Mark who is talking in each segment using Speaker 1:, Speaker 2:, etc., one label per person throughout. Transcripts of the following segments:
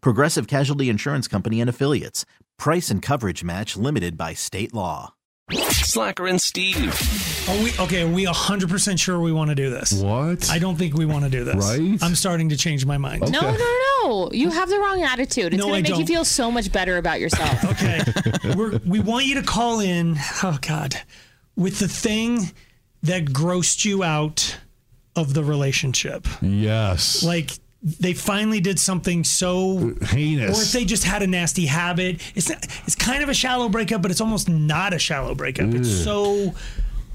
Speaker 1: Progressive Casualty Insurance Company and Affiliates. Price and coverage match limited by state law.
Speaker 2: Slacker and Steve.
Speaker 3: Are we okay? Are we hundred percent sure we want to do this?
Speaker 4: What?
Speaker 3: I don't think we want to do this.
Speaker 4: Right?
Speaker 3: I'm starting to change my mind.
Speaker 5: No,
Speaker 4: Okay.
Speaker 5: no, no. You have the wrong attitude. It's
Speaker 3: No, I
Speaker 5: going to make
Speaker 3: don't.
Speaker 5: you feel so much better about yourself.
Speaker 3: Okay. We're, we want you to call in. Oh God, with the thing that grossed you out of the relationship.
Speaker 4: Yes.
Speaker 3: Like they finally did something so. Or if
Speaker 4: heinous.
Speaker 3: they just had a nasty habit, it's not, it's kind of a shallow breakup, but it's almost not a shallow breakup. It's so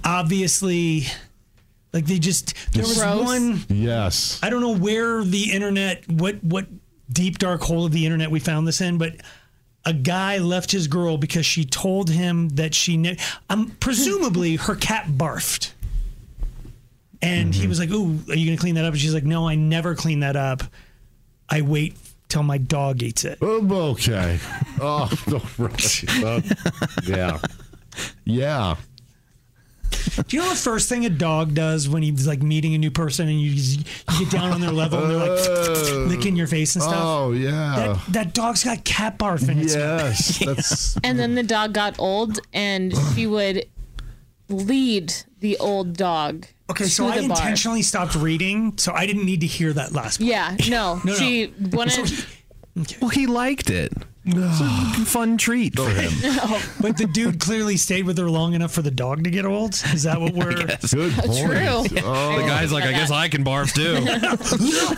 Speaker 3: obviously like they just there was
Speaker 5: Gross.
Speaker 3: one
Speaker 4: yes.
Speaker 3: I don't know where the internet, what what deep dark hole of the internet we found this in, but a guy left his girl because she told him that she knew. Um, presumably, her cat barfed, and
Speaker 4: Mm-hmm.
Speaker 3: he was like, "Ooh, are you gonna clean that up?" And she's like, "No, I never clean that up. I wait till my dog eats it."
Speaker 4: Um, okay. oh, no, right. Uh, yeah. Yeah.
Speaker 3: Do you know the first thing a dog does when he's like meeting a new person and you, you get down on their level and they're
Speaker 4: Oh.
Speaker 3: like licking your face and stuff?
Speaker 4: Oh, yeah.
Speaker 3: That, that dog's got cat barf in its
Speaker 4: yes. That's
Speaker 5: and then the dog got old, and she would lead the old dog.
Speaker 3: Okay,
Speaker 5: to
Speaker 3: so I
Speaker 5: the bar.
Speaker 3: intentionally stopped reading, so I didn't need to hear that last part.
Speaker 5: Yeah, no.
Speaker 3: No, no.
Speaker 5: she
Speaker 3: So
Speaker 5: wanted.
Speaker 3: he-
Speaker 6: Well, he liked it. It's a fun treat for him.
Speaker 3: but the dude clearly stayed with her long enough for the dog to get old. Is that what we're?
Speaker 4: good point.
Speaker 5: True.
Speaker 4: Oh,
Speaker 6: The guy's like, I guess I can barf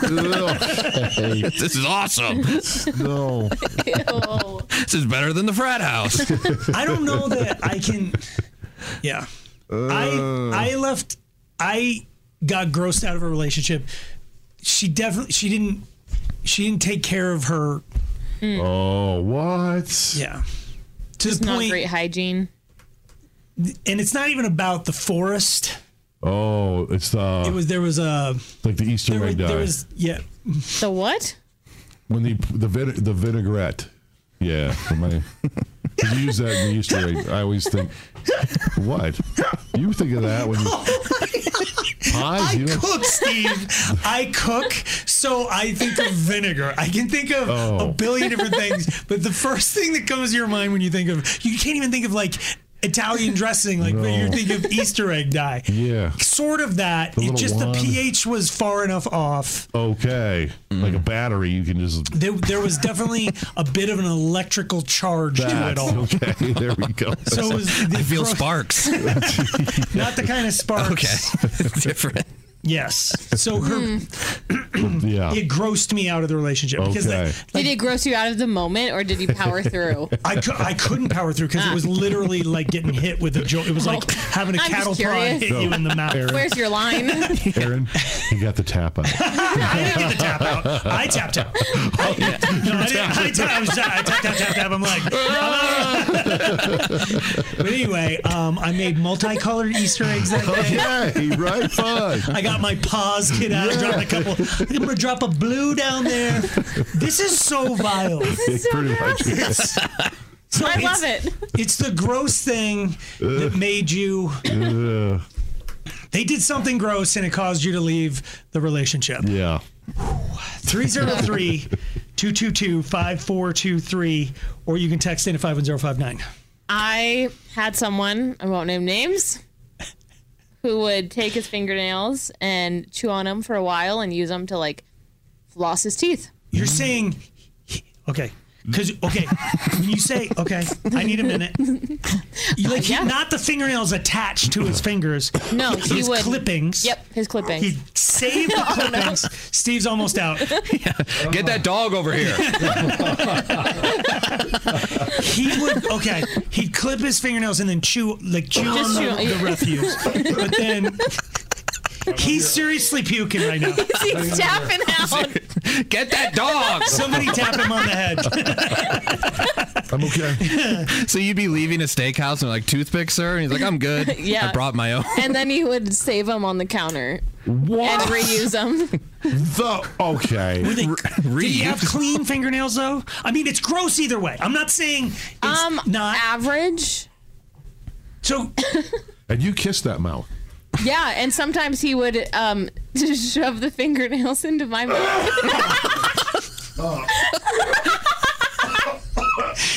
Speaker 6: too.
Speaker 4: ugh.
Speaker 6: this is awesome. This
Speaker 4: no.
Speaker 5: Ew.
Speaker 6: is better than the frat house.
Speaker 3: I don't know that I can. Yeah, Uh. I I left. I got grossed out of a relationship. She definitely she didn't she didn't take care of her.
Speaker 4: Oh, what?
Speaker 3: Yeah, to the
Speaker 5: Hmm. Not
Speaker 3: point-
Speaker 5: great hygiene.
Speaker 3: and it's not even about the forest.
Speaker 4: Oh, it's the
Speaker 3: It was there was a
Speaker 4: like the Easter
Speaker 3: there, was-
Speaker 4: egg guy.
Speaker 3: there was yeah.
Speaker 5: The what?
Speaker 4: when the the vin- the vinaigrette. Yeah, for my, you use that in the Easter egg. I always think, what you think of that when you pies?
Speaker 3: Oh I
Speaker 4: Oh, You don't-
Speaker 3: cook, Steve. I cook, so I think of vinegar. I can think of
Speaker 4: Oh.
Speaker 3: a billion different things, but the first thing that comes to your mind when you think of you can't even think of like Italian dressing, like but you
Speaker 4: No.
Speaker 3: think of Easter egg dye.
Speaker 4: yeah,
Speaker 3: Sort of that. It
Speaker 4: little
Speaker 3: just the
Speaker 4: wand.
Speaker 3: pH was far enough off.
Speaker 4: okay, like a battery. You can just
Speaker 3: There, there was definitely a bit of an electrical charge to it
Speaker 4: that.
Speaker 3: all.
Speaker 4: Okay, there we go.
Speaker 3: So it was
Speaker 6: I feel sparks.
Speaker 3: not the kind of sparks.
Speaker 6: Okay. Different.
Speaker 3: Yes. So her,
Speaker 5: Hmm.
Speaker 4: yeah,
Speaker 3: it grossed me out of the relationship because
Speaker 4: Okay.
Speaker 3: that,
Speaker 5: Did it gross you out of the moment, or did you power through?
Speaker 3: I, cou- I couldn't power through because it was literally like getting hit with a joke. It was like having a
Speaker 5: I'm just
Speaker 3: cattle prod
Speaker 5: curious.
Speaker 3: hit you in the mouth.
Speaker 5: Where's your line?
Speaker 4: Aaron, he got the tap out.
Speaker 3: I didn't get the tap out. I tapped out. I, no, I didn't. I tapped. I was- I tapped. Tap, tap, tap. I'm like. I'm out. but anyway, um, I made multicolored Easter eggs that day.
Speaker 4: Okay, right, fine.
Speaker 3: I got my paws kid out. I dropped a couple. I'm gonna drop a blue down there. This is so vile.
Speaker 4: It's pretty much.
Speaker 3: So
Speaker 5: I
Speaker 3: it's-
Speaker 5: love it.
Speaker 3: It's the gross thing that made you.
Speaker 4: Ugh,
Speaker 3: They did something gross and it caused you to leave the relationship.
Speaker 4: yeah.
Speaker 3: 303 222 5423, or you can text in at 51059.
Speaker 5: I had someone, I won't name names, who would take his fingernails and chew on them for a while and use them to like floss his teeth.
Speaker 3: You're saying, okay, Because okay, when you say okay, I need a minute. You like he-
Speaker 5: Yeah.
Speaker 3: not the fingernails attached to his fingers.
Speaker 5: No, he
Speaker 3: his
Speaker 5: would.
Speaker 3: clippings.
Speaker 5: Yep, his clipping. Oh,
Speaker 3: He saved the clippings. Steve's almost out.
Speaker 7: Get that dog over here.
Speaker 3: He would okay. He'd clip his fingernails and then chew like chew
Speaker 5: Just
Speaker 3: on the,
Speaker 5: chew-
Speaker 3: the refuse. But then he's seriously puking right now.
Speaker 5: He's tapping out.
Speaker 7: Get that dog.
Speaker 3: Somebody tap him on the head.
Speaker 4: I'm okay.
Speaker 7: So you'd be leaving a steakhouse and like toothpick, sir, and he's like, "I'm good.
Speaker 5: Yeah.
Speaker 7: I brought my own."
Speaker 5: And then he would save them on the counter and
Speaker 4: What
Speaker 5: reuse them.
Speaker 4: the? Okay.
Speaker 3: Did
Speaker 7: Read.
Speaker 3: he have clean fingernails though? I mean, it's gross either way. I'm not saying it's
Speaker 5: Um,
Speaker 3: not.
Speaker 5: average.
Speaker 3: so
Speaker 4: And you kissed that mouth.
Speaker 5: Yeah, and sometimes he would um just shove the fingernails into my mouth.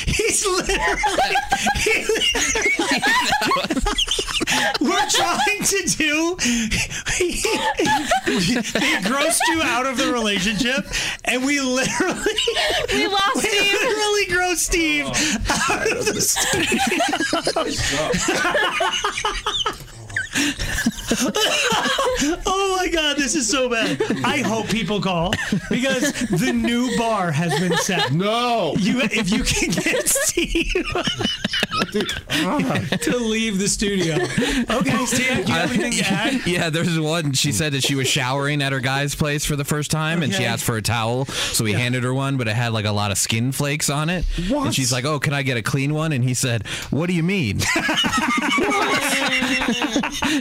Speaker 3: He's literally. he- we're trying to do. they grossed you out of the relationship, and we literally,
Speaker 5: we lost
Speaker 3: we
Speaker 5: him.
Speaker 3: literally grossed Steve out of the studio. oh my god, this is so bad. I hope people call because the new bar has been set.
Speaker 7: Oh.
Speaker 4: No.
Speaker 3: You, if you can get Steve
Speaker 7: ah.
Speaker 3: to leave the studio. Okay, Steve, do you have anything to add?
Speaker 7: Yeah, there's one. She said that she was showering at her guy's place for the first time, and she
Speaker 3: Okay.
Speaker 7: asked for a towel. So he handed her one, but it had like a lot of skin flakes on it. And she's like, "Oh, can I get a clean one?" And he said, "What do you mean?"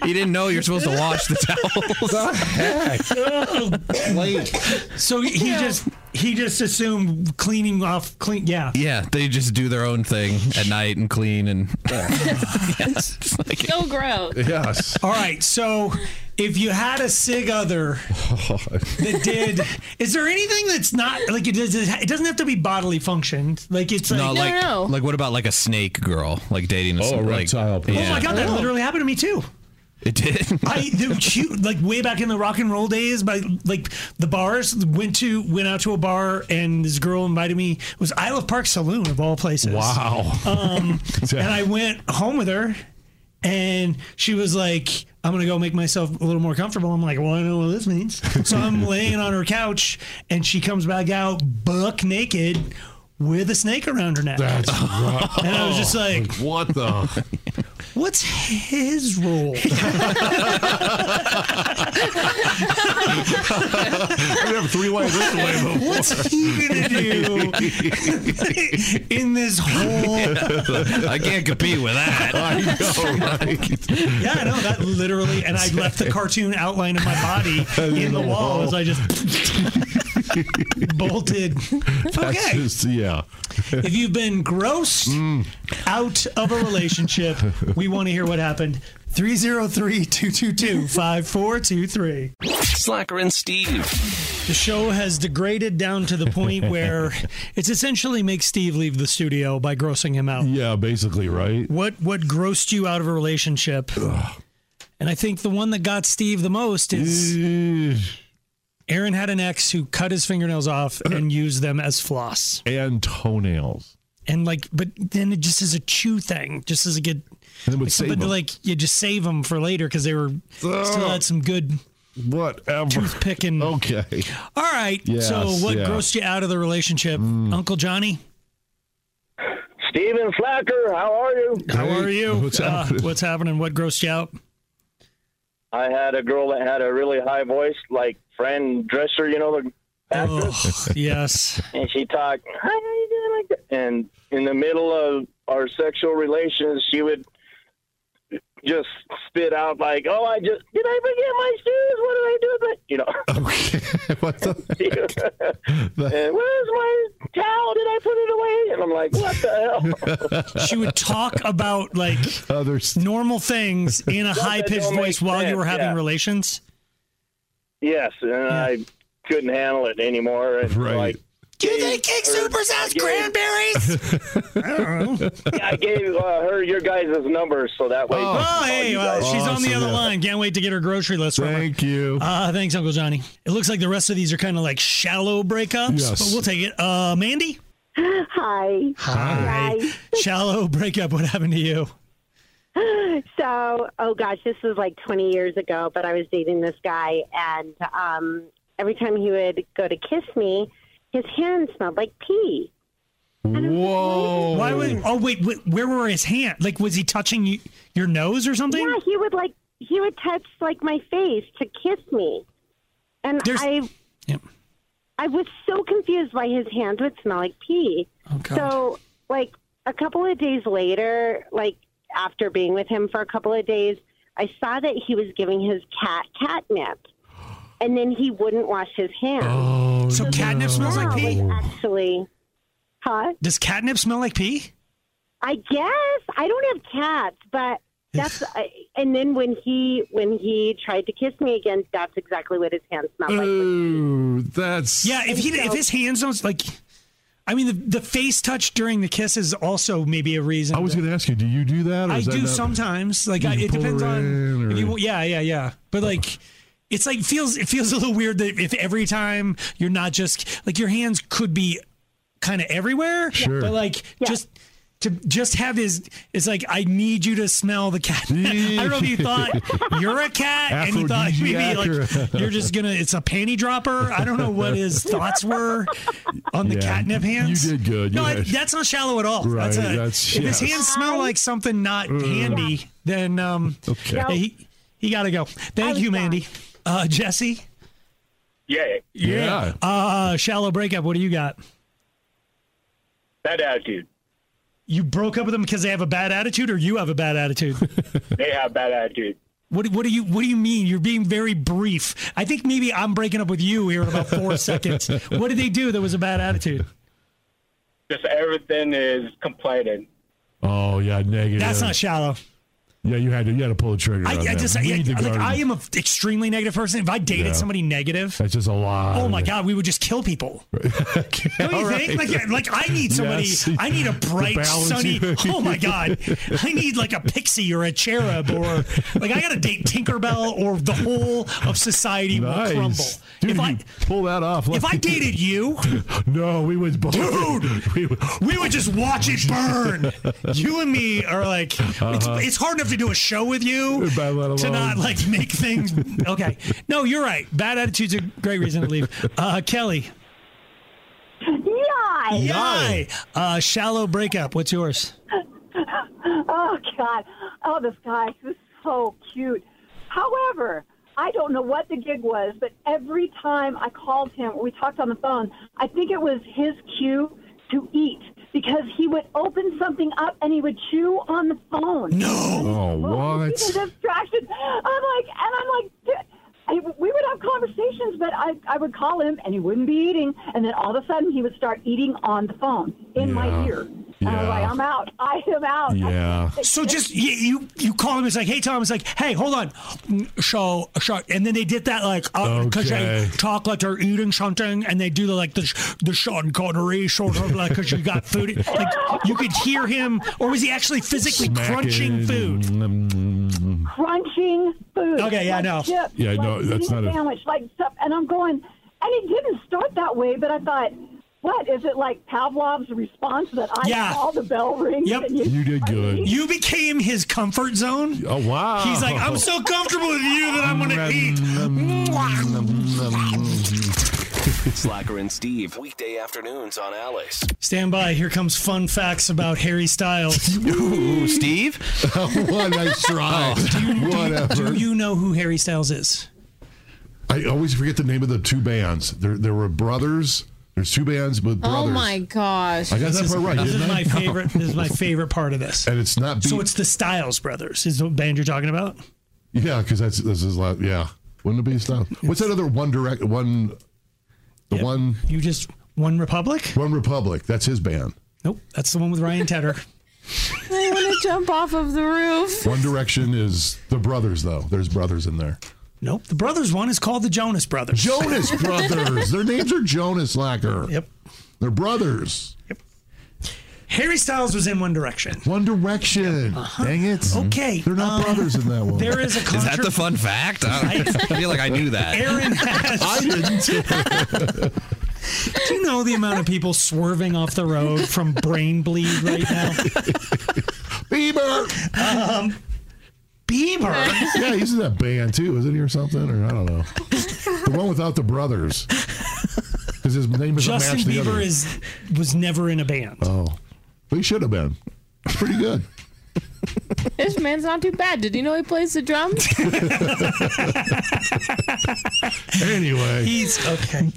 Speaker 7: he didn't know you're supposed to wash the towels.
Speaker 3: So he just he just assumed cleaning off clean. Yeah.
Speaker 7: Yeah, they just do their own thing at night and clean and. Yes, it's like-
Speaker 5: So gross.
Speaker 4: Yes.
Speaker 3: All right. So if you had a sig other that did, is there anything that's not like it does? It doesn't have to be bodily function. Like it's like.
Speaker 7: No, like,
Speaker 5: no.
Speaker 7: like what about like a snake girl, like dating a
Speaker 4: Oh,
Speaker 7: snake?
Speaker 4: a reptile
Speaker 7: Like,
Speaker 4: person.
Speaker 3: Oh my god, that literally happened to me too.
Speaker 7: It did.
Speaker 3: I the cute like way back in the rock and roll days, by like the bars went to went out to a bar and this girl invited me it was Isle of Park Saloon of all places. Um,
Speaker 4: Wow.
Speaker 3: And I went home with her and she was like, I'm gonna go make myself a little more comfortable. I'm like, well, I know what this means. So I'm laying on her couch and she comes back out buck naked with a snake around her neck.
Speaker 4: That's right.
Speaker 3: and I was just like,
Speaker 4: What the?
Speaker 3: what's his role?
Speaker 4: We have three ways this way, but
Speaker 3: What's he gonna do in this whole? Yeah,
Speaker 7: I can't compete with that.
Speaker 4: I know, right?
Speaker 3: I know that literally. And I left the cartoon outline of my body in the wall as I just bolted.
Speaker 4: That's
Speaker 3: Okay,
Speaker 4: just- yeah. Mm.
Speaker 3: if you've been grossed out of a relationship, we want to hear what happened. 303-222-5423.
Speaker 2: Slacker and Steve.
Speaker 3: The show has degraded down to the point where it's essentially makes Steve leave the studio by grossing him out.
Speaker 4: Yeah, basically, right?
Speaker 3: what what grossed you out of a relationship and i think the one that got steve the most is aaron had an ex who cut his fingernails off and used them as floss
Speaker 4: And toenails.
Speaker 3: and like but then it just is a chew thing just as a good
Speaker 4: And it would save
Speaker 3: but
Speaker 4: them.
Speaker 3: like you just save them for later because they were still had some good
Speaker 4: Whatever.
Speaker 3: picking all
Speaker 4: Okay.
Speaker 3: right so
Speaker 4: Yes,
Speaker 3: what
Speaker 4: yeah. Hmm.
Speaker 3: grossed you out of the relationship uncle johnny
Speaker 8: Steven Flacker, how are you?
Speaker 3: how
Speaker 4: Hey,
Speaker 3: are you Uh,
Speaker 4: what's happening?
Speaker 3: what's happening what grossed you out
Speaker 8: I had a girl that had a really high voice, like Fran Dresser, you know, the
Speaker 3: oh yes
Speaker 8: and she talked, "Hi, how you doing?" Like that. And in the middle of our sexual relations, she would just spit out like, "Oh, I just did I forget my shoes? What did I do?" But you know,
Speaker 4: Okay. What the?
Speaker 9: Uh,
Speaker 8: and where's my towel? Did I put it away? And I'm like, "What the hell?"
Speaker 3: she would talk about like
Speaker 4: Other stuff.
Speaker 3: normal things in a high pitched
Speaker 8: don't make
Speaker 3: voice while you
Speaker 8: sense,
Speaker 3: were having
Speaker 8: yeah.
Speaker 3: relations.
Speaker 8: yes, and I couldn't handle it anymore. And
Speaker 4: Right.
Speaker 8: Like,
Speaker 3: Do
Speaker 8: you think King Super's has
Speaker 3: cranberries?
Speaker 8: I gave uh, her your guys' number so that way.
Speaker 3: Oh, hey, well, she's on the
Speaker 4: Awesome,
Speaker 3: other
Speaker 4: yeah.
Speaker 3: line. Can't wait to get her grocery list from her.
Speaker 4: Thank you.
Speaker 3: Uh, thanks, Uncle Johnny. It looks like the rest of these are kind of like shallow breakups,
Speaker 4: Yes.
Speaker 3: but we'll take it. Uh, Mandy?
Speaker 10: Hi.
Speaker 3: Hi. Shallow breakup. What happened to you?
Speaker 10: So, oh gosh, this was like 20 years ago, but I was dating this guy, and um, every time he would go to kiss me, his hand smelled like pee.
Speaker 4: Whoa.
Speaker 3: Why would? Oh wait, wait, where were his hands? Like, was he touching you, your nose or something?
Speaker 10: Yeah, he would like he would touch like my face to kiss me, and I, I was so confused why his hands would smell like pee. so, like a couple of days later, like after being with him for a couple of days, I saw that he was giving his cat catnip, and then he wouldn't wash his hands.
Speaker 3: Oh, So catnip smells like pee?
Speaker 10: Actually, huh?
Speaker 3: Does catnip smell like pee?
Speaker 10: I guess I don't have cats, but that's. I, and then when he when he tried to kiss me again, that's exactly what his hand smelled like.
Speaker 4: Ooh, that's
Speaker 3: Yeah, if he if his hands don't like, I mean the the face touch during the kiss is also maybe a reason.
Speaker 4: I was going to ask you, do you do that? Or
Speaker 3: I
Speaker 4: is that
Speaker 3: do
Speaker 4: not-
Speaker 3: sometimes. Like
Speaker 4: You
Speaker 3: I, it
Speaker 4: pull her
Speaker 3: depends on.
Speaker 4: in
Speaker 3: If
Speaker 4: or- Oh.
Speaker 3: you, yeah, yeah, yeah. But like, it's like feels it feels a little weird that if every time you're not just like your hands could be kind of everywhere.
Speaker 4: Sure.
Speaker 3: But like just. To just have his, it's like I need you to smell the cat. I don't know if you thought you're a cat, and you thought maybe like
Speaker 4: Aphrodisiac or-
Speaker 3: you're just gonna. It's a panty dropper. I don't know what his thoughts were on the
Speaker 4: Yeah.
Speaker 3: catnip hands.
Speaker 4: You did good.
Speaker 3: No,
Speaker 4: You
Speaker 3: I-
Speaker 4: did.
Speaker 3: that's not shallow at all. that's,
Speaker 4: Right,
Speaker 3: a,
Speaker 4: that's-
Speaker 3: if his
Speaker 4: yes.
Speaker 3: hands smell like something not handy, then um,
Speaker 4: Okay.
Speaker 3: yeah, he he got to go. Thank you, Mandy. Uh, Jesse.
Speaker 8: Yeah,
Speaker 4: Yeah.
Speaker 3: Uh, shallow breakup. What do you got?
Speaker 8: that attitude.
Speaker 3: You broke up with them because they have a bad attitude, or you have a bad attitude?
Speaker 8: They have bad attitude.
Speaker 3: what What do you What do you mean? You're being very brief. I think maybe I'm breaking up with you here in about four seconds. What did they do that was a bad attitude?
Speaker 8: Just everything is complaining.
Speaker 4: Oh yeah, negative.
Speaker 3: That's not shallow.
Speaker 4: Yeah, you had to you had to pull the trigger.
Speaker 3: I,
Speaker 4: on
Speaker 3: I
Speaker 4: that.
Speaker 3: just yeah,
Speaker 4: Lead the
Speaker 3: like,
Speaker 4: garden.
Speaker 3: I am an extremely negative person. If I dated
Speaker 4: Yeah.
Speaker 3: somebody negative,
Speaker 4: That's just a lot.
Speaker 3: oh my god, we would just kill people. Don't you think? Like, like I need somebody.
Speaker 4: Yes.
Speaker 3: I need a
Speaker 4: The
Speaker 3: bright,
Speaker 4: balance
Speaker 3: sunny.
Speaker 4: you-
Speaker 3: Oh my god, I need like a pixie or a cherub or like I gotta date Tinkerbell or the whole of society
Speaker 4: nice.
Speaker 3: will crumble.
Speaker 4: Dude,
Speaker 3: if
Speaker 4: you
Speaker 3: I
Speaker 4: pull that off.
Speaker 3: if I dated you,
Speaker 4: no, we would both.
Speaker 3: Dude!
Speaker 4: we would,
Speaker 3: we would just watch it burn. You and me are like it's, it's hard enough to do a show with you to
Speaker 4: But let Uh-huh. alone-
Speaker 3: not like make things okay. No, you're right. Bad attitude's a great reason to leave. Uh, Kelly,
Speaker 10: Yai!
Speaker 3: yai. Uh, shallow breakup. What's yours?
Speaker 10: Oh God! Oh, this guy was so cute. However, I don't know what the gig was, but every time I called him, we talked on the phone. I think it was his cue to eat because he would open something up and he would chew on the phone.
Speaker 3: No.
Speaker 4: Oh what?
Speaker 10: He's a distraction. I'm like, and I'm like, "D- I, we would have conversations, but I, I would call him and he wouldn't be eating. And then all of a sudden he would start eating on the phone in
Speaker 4: Yeah.
Speaker 10: my ear. And I was
Speaker 4: Yeah.
Speaker 10: like, I'm out. I am out. I
Speaker 4: Yeah.
Speaker 10: can't-
Speaker 3: So just you, you you call him. It's like, hey Tom. It's like, hey, hold on. Mm, So, so and then they did that like uh, because
Speaker 4: Okay.
Speaker 3: they talk like they're eating something, and they do the like the sh- the Sean Connery sort of like because you got food. Like you could hear him, or was he actually physically
Speaker 4: Smack
Speaker 3: crunching
Speaker 4: it.
Speaker 3: food?
Speaker 4: Mm,
Speaker 10: crunching food.
Speaker 3: Okay, yeah, I
Speaker 10: like
Speaker 3: know.
Speaker 10: Chips,
Speaker 4: Yeah,
Speaker 10: like
Speaker 4: no, that's
Speaker 10: eating
Speaker 4: not a-
Speaker 10: sandwich, like stuff. And I'm going, and it didn't start that way, but I thought, what is it like Pavlov's response that I
Speaker 3: Yeah.
Speaker 10: call the bell rings?
Speaker 3: Yep.
Speaker 10: And you,
Speaker 4: You did good.
Speaker 3: You became his comfort zone.
Speaker 4: Oh wow.
Speaker 3: He's like, I'm so comfortable with you that I'm gonna eat.
Speaker 2: Slacker and Steve, weekday afternoons on Alice.
Speaker 3: Stand by. Here comes fun facts about Harry Styles.
Speaker 7: Ooh, Steve?
Speaker 4: what a nice try. Whatever.
Speaker 3: Oh, Do you know who Harry Styles is?
Speaker 4: I always forget the name of the two bands. There, there were brothers. There's two bands, but
Speaker 5: Oh
Speaker 4: brothers.
Speaker 5: my gosh.
Speaker 4: I got that
Speaker 3: This
Speaker 4: part
Speaker 3: is,
Speaker 4: right.
Speaker 3: this
Speaker 4: didn't
Speaker 3: is
Speaker 4: I?
Speaker 3: my favorite. This is my favorite part of this.
Speaker 4: And it's not. Beat,
Speaker 3: So it's the Styles Brothers is the band you're talking about.
Speaker 4: yeah, because that's this is like uh, yeah. Wouldn't it be stuff? What's that other one direct one? The one
Speaker 3: You just One Republic?
Speaker 4: one Republic. That's his band.
Speaker 3: Nope, that's the one with Ryan Tedder.
Speaker 5: I want to jump off of the roof.
Speaker 4: One Direction is the brothers though. There's brothers in there.
Speaker 3: nope, the brothers one is called the Jonas Brothers.
Speaker 4: Jonas Brothers. Their names are Jonas Lacker.
Speaker 3: Yep.
Speaker 4: They're brothers.
Speaker 3: Harry Styles was in One Direction.
Speaker 4: One Direction. Dang it.
Speaker 3: Okay,
Speaker 4: They're not
Speaker 3: um,
Speaker 4: brothers in that one.
Speaker 3: There is a
Speaker 7: Is that
Speaker 3: contra-
Speaker 7: the fun fact? I, don't- I feel like I knew that.
Speaker 3: Aaron has
Speaker 4: I didn't.
Speaker 3: Do you know the amount of people swerving off the road from brain bleed right now?
Speaker 4: Bieber.
Speaker 3: Um, Bieber.
Speaker 4: yeah, he's in that band too, isn't he, or something? Or I don't know. The one without the brothers. Because his name is
Speaker 3: Justin
Speaker 4: match the
Speaker 3: Bieber
Speaker 4: other.
Speaker 3: is was never in a band.
Speaker 4: Oh, but he should have been. It's pretty good.
Speaker 5: This man's not too bad. Did you know he plays the drums?
Speaker 4: anyway,
Speaker 3: he's okay.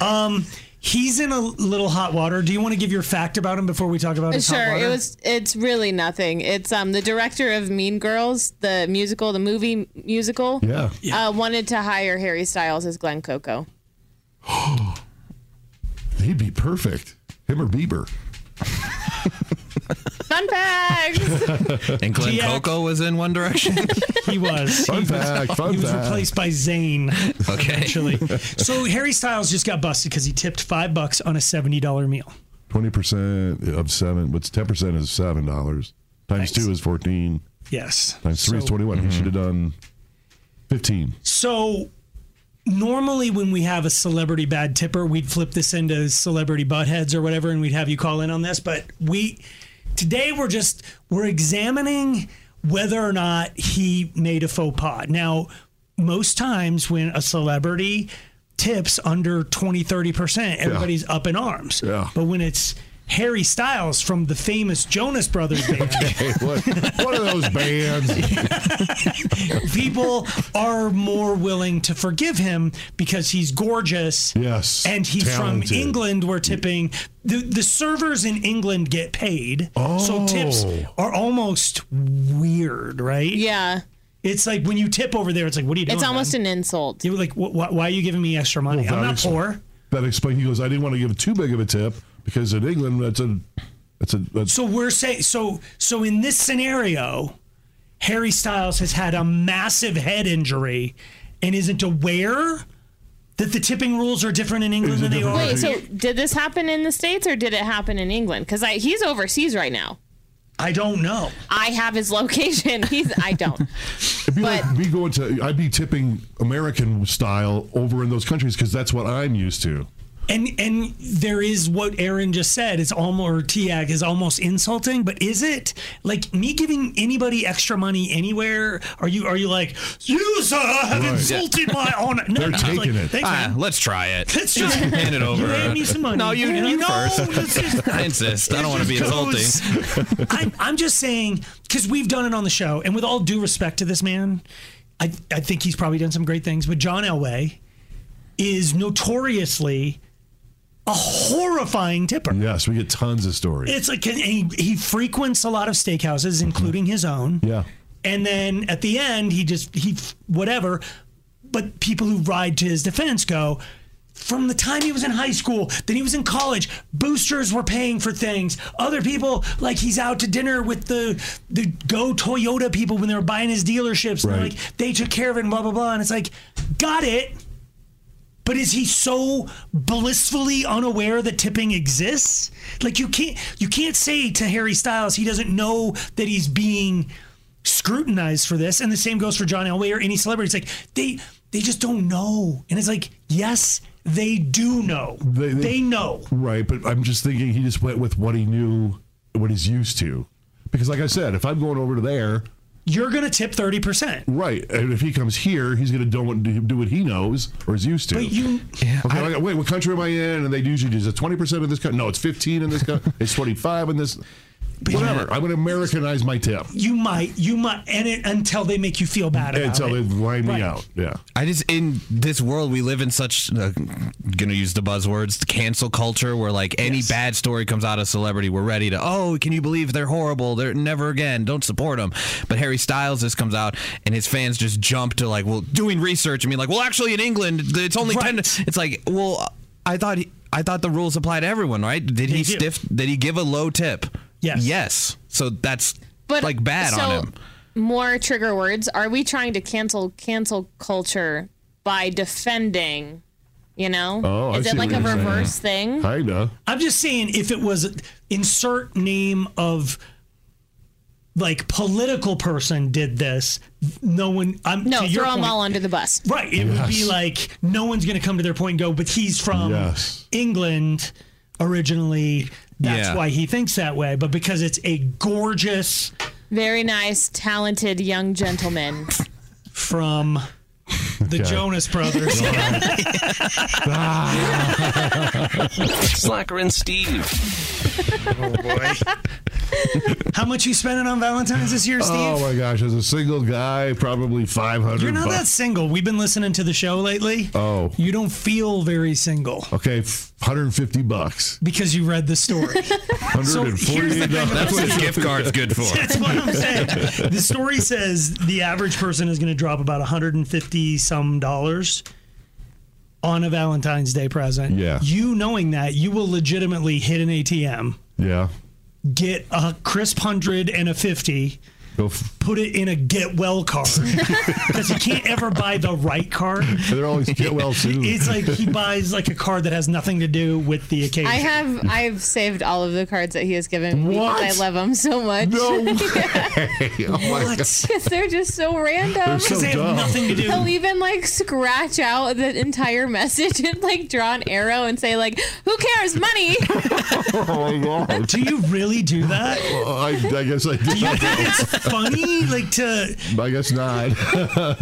Speaker 3: Um, he's in a little hot water. Do you want to give your fact about him before we talk about his hot
Speaker 5: Uh, sure.
Speaker 3: water?
Speaker 5: It was. It's really nothing. It's um the director of Mean Girls, the musical, the movie musical.
Speaker 4: Yeah.
Speaker 5: Uh, wanted to hire Harry Styles as Glenn Coco.
Speaker 4: He'd be perfect. Him or Bieber.
Speaker 5: Fun facts.
Speaker 7: And Glenn Coco was in One Direction.
Speaker 3: he was.
Speaker 7: Fun
Speaker 3: he
Speaker 7: fact,
Speaker 3: was,
Speaker 7: fun
Speaker 3: he was
Speaker 7: fact.
Speaker 3: replaced by Zayn.
Speaker 7: Okay.
Speaker 3: Actually, so Harry Styles just got busted because he tipped five bucks on a seventy dollar meal.
Speaker 4: Twenty percent of seven. What's ten percent is seven dollars. Times two is fourteen.
Speaker 3: Yes.
Speaker 4: Times three is
Speaker 3: So-
Speaker 4: twenty-one. He should have done fifteen.
Speaker 3: So normally when we have a celebrity bad tipper, we'd flip this into celebrity buttheads or whatever, and we'd have you call in on this. But we today we're just we're examining whether or not he made a faux pas. Now, most times when a celebrity tips under 20, 30%, everybody's up in arms. Yeah. But when it's Harry Styles from the famous Jonas Brothers band.
Speaker 4: what, what are those bands?
Speaker 3: people are more willing to forgive him because he's gorgeous.
Speaker 4: Yes.
Speaker 3: And he's
Speaker 4: Talented.
Speaker 3: from England where tipping the, the servers in England get paid. So tips
Speaker 4: Oh.
Speaker 3: are almost weird, right?
Speaker 5: Yeah.
Speaker 3: It's like when you tip over there, it's like, what are you doing?
Speaker 5: It's almost an insult.
Speaker 3: You're like, wh- wh- why are you giving me extra money?
Speaker 4: Well,
Speaker 3: I'm
Speaker 4: that
Speaker 3: not
Speaker 4: ex-
Speaker 3: poor.
Speaker 4: That explains. He goes. I didn't want to give too big of a tip because in England that's a that's a that's
Speaker 3: So we're saying so so in this scenario, Harry Styles has had a massive head injury and isn't aware that the tipping rules are different in England than they are.
Speaker 5: Wait. So did this happen in the states or did it happen in England? Because he's overseas right now.
Speaker 3: I don't know.
Speaker 5: I have his location. He's. I don't.
Speaker 4: It'd be like me going to. I'd be tipping American style over in those countries because that's what I'm used to.
Speaker 3: And and there is what Aaron just said is almost or Tiag is almost insulting, but is it like me giving anybody extra money anywhere? Are you are you like you sir have
Speaker 7: Right.
Speaker 3: insulted my honor? No, it's like, Thanks,
Speaker 7: Ah,
Speaker 3: man.
Speaker 7: let's try it.
Speaker 3: Let's
Speaker 7: just
Speaker 3: try it.
Speaker 7: hand it
Speaker 3: You
Speaker 7: over.
Speaker 3: hand me some money.
Speaker 7: No, you,
Speaker 3: And
Speaker 7: you
Speaker 3: no,
Speaker 7: first.
Speaker 3: this is-
Speaker 7: I insist. I don't want to be
Speaker 3: This
Speaker 7: insulting.
Speaker 3: goes- I'm, I'm just saying because we've done it on the show, and with all due respect to this man, I I think he's probably done some great things. But John Elway is notoriously a horrifying tipper.
Speaker 4: Yes, we get tons of stories.
Speaker 3: It's like and he, he frequents a lot of steakhouses, including his own.
Speaker 4: Yeah.
Speaker 3: And then at the end, he just he whatever. But people who ride to his defense go. From the time he was in high school, then he was in college. Boosters were paying for things. Other people, like he's out to dinner with the the Go Toyota people when they were buying his dealerships. And they're
Speaker 4: Right.
Speaker 3: like they took care of it and blah blah blah. And it's like, got it. But is he so blissfully unaware that tipping exists? Like you can't you can't say to Harry Styles he doesn't know that he's being scrutinized for this. And the same goes for John Elway or any celebrity. It's like they they just don't know. And it's like, yes, they do know. They, know.
Speaker 4: Right, but I'm just thinking he just went with what he knew, what he's used to. Because, like I said, if I'm going over to there,
Speaker 3: you're going to tip 30%.
Speaker 4: Right. And if he comes here, he's going to do what, do what he knows or is used to.
Speaker 3: But you-
Speaker 4: Okay, like, wait, what country am I in? And they usually do is it 20% in this country? No, it's 15 in this country. it's 25 in this. Whatever. I'm going to Americanize my tip
Speaker 3: You might you might and it, until they make you feel bad about
Speaker 4: until
Speaker 3: it.
Speaker 4: they line
Speaker 3: Right.
Speaker 4: me out. Yeah.
Speaker 7: I just in this world we live in such uh, gonna use the buzzwords the cancel culture where like any bad story comes out of celebrity we're ready to oh can you believe they're horrible they're never again don't support them but Harry Styles this comes out and his fans just jump to like well doing research I mean like well actually in England it's only ten it's like well I thought he, I thought the rules apply to everyone right did he
Speaker 3: do.
Speaker 7: stiff did he give a low tip
Speaker 3: yes
Speaker 7: yes so that's like bad
Speaker 5: so,
Speaker 7: on him
Speaker 5: More trigger words. Are we trying to cancel cancel culture by defending? You know,
Speaker 4: Oh, I
Speaker 5: is
Speaker 4: see
Speaker 5: it like
Speaker 4: what
Speaker 5: a
Speaker 4: you're saying.
Speaker 5: reverse thing?
Speaker 4: Kind of.
Speaker 3: I'm just saying if it was insert name of like political person did this, no one. I'm
Speaker 5: No,
Speaker 3: to your
Speaker 5: throw them
Speaker 3: point-
Speaker 5: all under the bus.
Speaker 3: Right. It would be like no one's going to come to their point and go, but he's from
Speaker 5: Yes.
Speaker 3: England originally. That's
Speaker 7: Yeah.
Speaker 3: why he thinks that way. But because it's a gorgeous
Speaker 5: Very nice, talented young gentleman.
Speaker 3: from the
Speaker 2: Okay.
Speaker 3: Jonas Brothers.
Speaker 2: Slacker and Steve.
Speaker 3: oh boy. How much you spending on Valentine's this year, Steve?
Speaker 4: Oh my gosh, as a single guy, probably five hundred.
Speaker 3: You're not that single. We've been listening to the show lately.
Speaker 4: Oh,
Speaker 3: you don't feel very single.
Speaker 4: Okay, f- 150 bucks.
Speaker 3: Because you read the story. So here's the thing.
Speaker 7: That's what a gift card's good for.
Speaker 3: That's what I'm saying. The story says the average person is going to drop about 150 some dollars on a Valentine's Day present.
Speaker 4: Yeah.
Speaker 3: You knowing that, you will legitimately hit an ATM,
Speaker 4: Yeah,
Speaker 3: get a crisp hundred and a fifty.
Speaker 4: Go f-
Speaker 3: Put it in a get well card because you can't ever buy the right card.
Speaker 4: They're always get well soon.
Speaker 3: It's like he buys like a card that has nothing to do with the occasion.
Speaker 5: I have I've saved all of the cards that he has given me
Speaker 3: What?
Speaker 5: because I love him so much.
Speaker 3: No.
Speaker 4: oh my God.
Speaker 5: Because they're just so random.
Speaker 4: They're so 'Cause they have dumb. nothing to do.
Speaker 5: He'll even like scratch out the entire message and like draw an arrow and say like, "Who cares? Money."
Speaker 4: oh my god!
Speaker 3: Do you really do that?
Speaker 4: Well, I, I guess I do.
Speaker 3: Do you think it's funny? Like to?
Speaker 4: I guess not.
Speaker 3: Oh,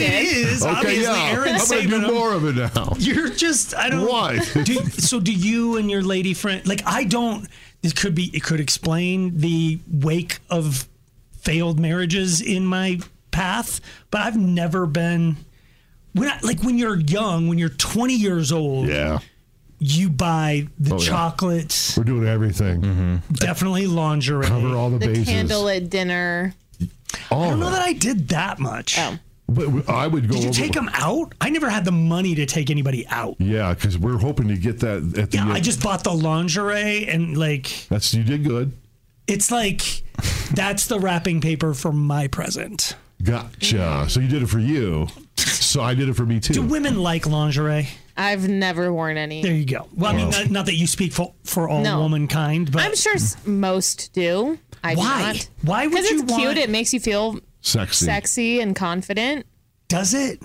Speaker 3: it is.
Speaker 4: Okay,
Speaker 3: Obviously,
Speaker 4: yeah.
Speaker 3: Aaron's
Speaker 4: I'm gonna
Speaker 3: saving
Speaker 4: do
Speaker 3: them.
Speaker 4: more of it now.
Speaker 3: You're just I don't
Speaker 4: Why?
Speaker 3: do, so do you and your lady friend like I don't this could be it could explain the wake of failed marriages in my path, but I've never been when I, like when you're young, when you're 20 years old,
Speaker 4: yeah.
Speaker 3: you buy the
Speaker 4: Oh, yeah.
Speaker 3: chocolates, Mm-hmm.
Speaker 4: We're doing everything.
Speaker 3: definitely lingerie,
Speaker 4: Cover all the,
Speaker 5: the
Speaker 4: bases.
Speaker 5: candle at dinner.
Speaker 3: I don't know that I did that much.
Speaker 4: But I would go.
Speaker 3: Did you
Speaker 4: over-
Speaker 3: take them out? I never had the money to take anybody out.
Speaker 4: Yeah, because we're hoping to get that at the.
Speaker 3: Yeah,
Speaker 4: end.
Speaker 3: I just bought the lingerie and like
Speaker 4: That's you did good.
Speaker 3: it's like that's the wrapping paper for my present.
Speaker 4: Gotcha. So you did it for you. So I did it for me too.
Speaker 3: Do women like lingerie?
Speaker 5: I've never worn any.
Speaker 3: There you go. Well, I mean,
Speaker 4: Wow.
Speaker 3: not, not that you speak for, for all
Speaker 5: No.
Speaker 3: womankind, but
Speaker 5: I'm sure s- most do. I do
Speaker 3: Why?
Speaker 5: not.
Speaker 3: Why would
Speaker 5: Because
Speaker 3: you
Speaker 5: it's
Speaker 3: want-
Speaker 5: cute. It makes you feel
Speaker 4: Sexy.
Speaker 5: sexy and confident.
Speaker 3: Does it?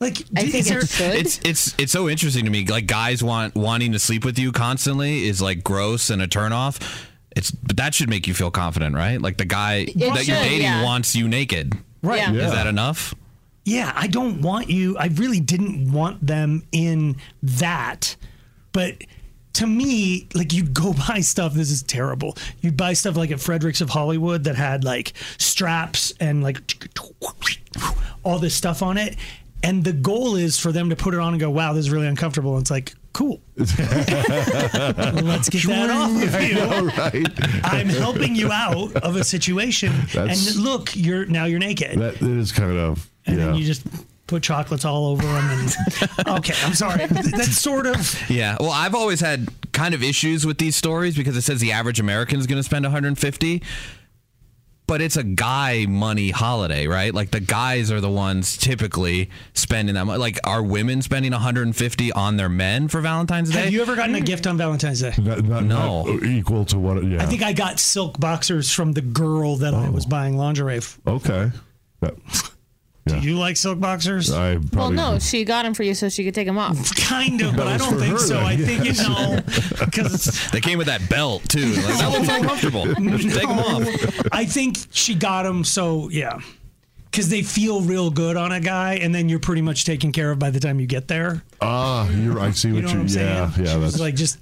Speaker 3: Like,
Speaker 5: I
Speaker 3: do-
Speaker 5: think
Speaker 3: is there-
Speaker 5: it should.
Speaker 7: It's it's it's so interesting to me. Like guys want wanting to sleep with you constantly is like gross and a turnoff. It's but that should make you feel confident, right? Like the guy that you're
Speaker 3: should,
Speaker 7: dating
Speaker 3: yeah.
Speaker 7: wants you naked.
Speaker 3: Right. Yeah. Yeah.
Speaker 7: Is that enough?
Speaker 3: yeah, I don't want you. I really didn't want them in that. But to me, like you go buy stuff. This is terrible. You buy stuff like at Fredericks of Hollywood that had like straps and like all this stuff on it. And the goal is for them to put it on and go, wow, this is really uncomfortable. And it's like, cool. Let's get that off of you.
Speaker 4: All right.
Speaker 3: I'm helping you out of a situation.
Speaker 4: That's-
Speaker 3: and look, you're now you're naked.
Speaker 4: That that is kind of
Speaker 3: and
Speaker 4: yeah.
Speaker 3: then you just put chocolates all over them. And okay, I'm sorry. That's sort of
Speaker 7: Yeah. Well, I've always had kind of issues with these stories because it says the average American is going to spend 150, but it's a guy money holiday, right? Like the guys are the ones typically spending that money. Like are women spending 150 on their men for Valentine's Day?
Speaker 3: Have you ever gotten a gift on Valentine's Day?
Speaker 4: Not, not,
Speaker 7: No.
Speaker 4: not equal to what? oh, Yeah. Oh.
Speaker 3: I think I got silk boxers from the girl that I was buying lingerie. f-
Speaker 4: okay. That-
Speaker 3: Do you like silk boxers?
Speaker 4: I
Speaker 5: Well,
Speaker 4: probably.
Speaker 5: no, she got them for you so she could take them off.
Speaker 3: Kind of, but I don't think so. I think you know because
Speaker 7: They came with that belt too. Like, that looks uncomfortable. Take them off.
Speaker 3: I think she got them. So yeah. Because they feel real good on a guy, and then you're pretty much taken care of by the time you get there.
Speaker 4: Ah, you're. I see
Speaker 3: You
Speaker 4: what
Speaker 3: know
Speaker 4: you.
Speaker 3: what I'm
Speaker 4: yeah,
Speaker 3: saying?
Speaker 4: yeah.
Speaker 3: She
Speaker 4: That's
Speaker 3: was like, just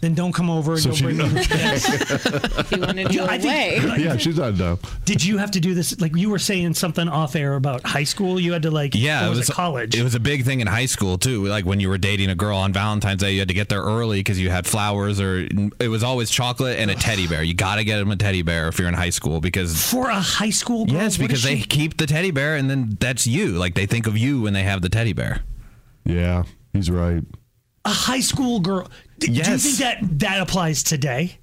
Speaker 3: then don't come over and
Speaker 4: So
Speaker 3: don't
Speaker 4: she-
Speaker 3: bring me. if
Speaker 5: you wanted
Speaker 3: to I think,
Speaker 4: yeah, she's not dumb.
Speaker 3: Did you have to do this? Like you were saying something off air about high school. You had to like.
Speaker 7: Yeah,
Speaker 3: or was, it
Speaker 7: a-
Speaker 3: college.
Speaker 7: It was a big thing in high school too. Like when you were dating a girl on Valentine's Day, you had to get there early because you had flowers, or it was always chocolate and a teddy bear. You got to get them a teddy bear if you're in high school because
Speaker 3: for a high school. Girl,
Speaker 7: yes,
Speaker 3: What
Speaker 7: because
Speaker 3: is
Speaker 7: they
Speaker 3: she-
Speaker 7: keep the teddy bear, and then that's you. Like they think of you when they have the teddy bear.
Speaker 4: Yeah, he's right.
Speaker 3: a high school girl. D- Do you
Speaker 7: Yes.
Speaker 3: think that that applies today?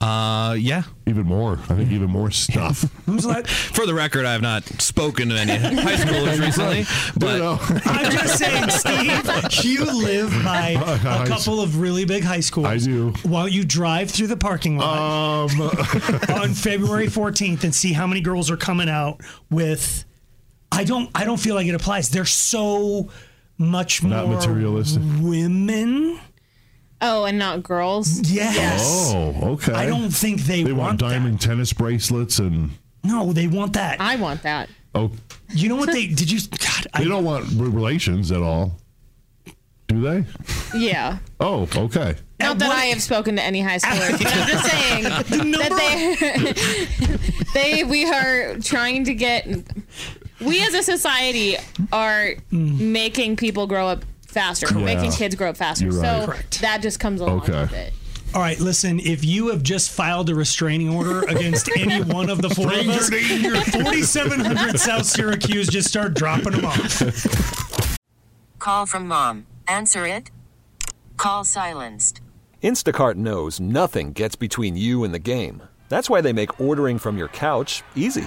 Speaker 7: Uh, yeah.
Speaker 4: Even more. I think even more stuff.
Speaker 7: Who's that? For the record, I have not spoken to any high schoolers recently, but
Speaker 3: I'm just saying, Steve, you live by a couple of really big high schools. I
Speaker 4: do.
Speaker 3: While you drive through the parking lot on February 14th and see how many girls are coming out with, I don't, I don't feel like it applies. They're so much more
Speaker 4: Not materialistic.
Speaker 3: women.
Speaker 5: Oh, and not girls?
Speaker 3: Yes.
Speaker 4: Oh, okay.
Speaker 3: I don't think they,
Speaker 4: They want, diamond tennis bracelets and
Speaker 3: No, they want that.
Speaker 5: I want that.
Speaker 4: oh,
Speaker 3: You know what they did? You God,
Speaker 4: they don't want re- relations at all, do they?
Speaker 5: Yeah.
Speaker 4: Oh, okay.
Speaker 5: Not that I have spoken to any high schoolers, but I'm just saying that they, they, we are trying to get, we as a society are
Speaker 3: Mm.
Speaker 5: making people grow up faster,
Speaker 3: Correct.
Speaker 5: making
Speaker 3: Yeah.
Speaker 5: kids grow up faster.
Speaker 3: You're right.
Speaker 5: So
Speaker 3: Correct.
Speaker 5: that just comes along
Speaker 3: Okay.
Speaker 5: with it.
Speaker 3: All right, listen, if you have just filed a restraining order against any one of the four of us,
Speaker 4: Stranger danger.
Speaker 3: 4700 South Syracuse, just start dropping them off.
Speaker 11: Call from mom. Answer it. Call silenced.
Speaker 12: Instacart knows nothing gets between you and the game. That's why they make ordering from your couch easy.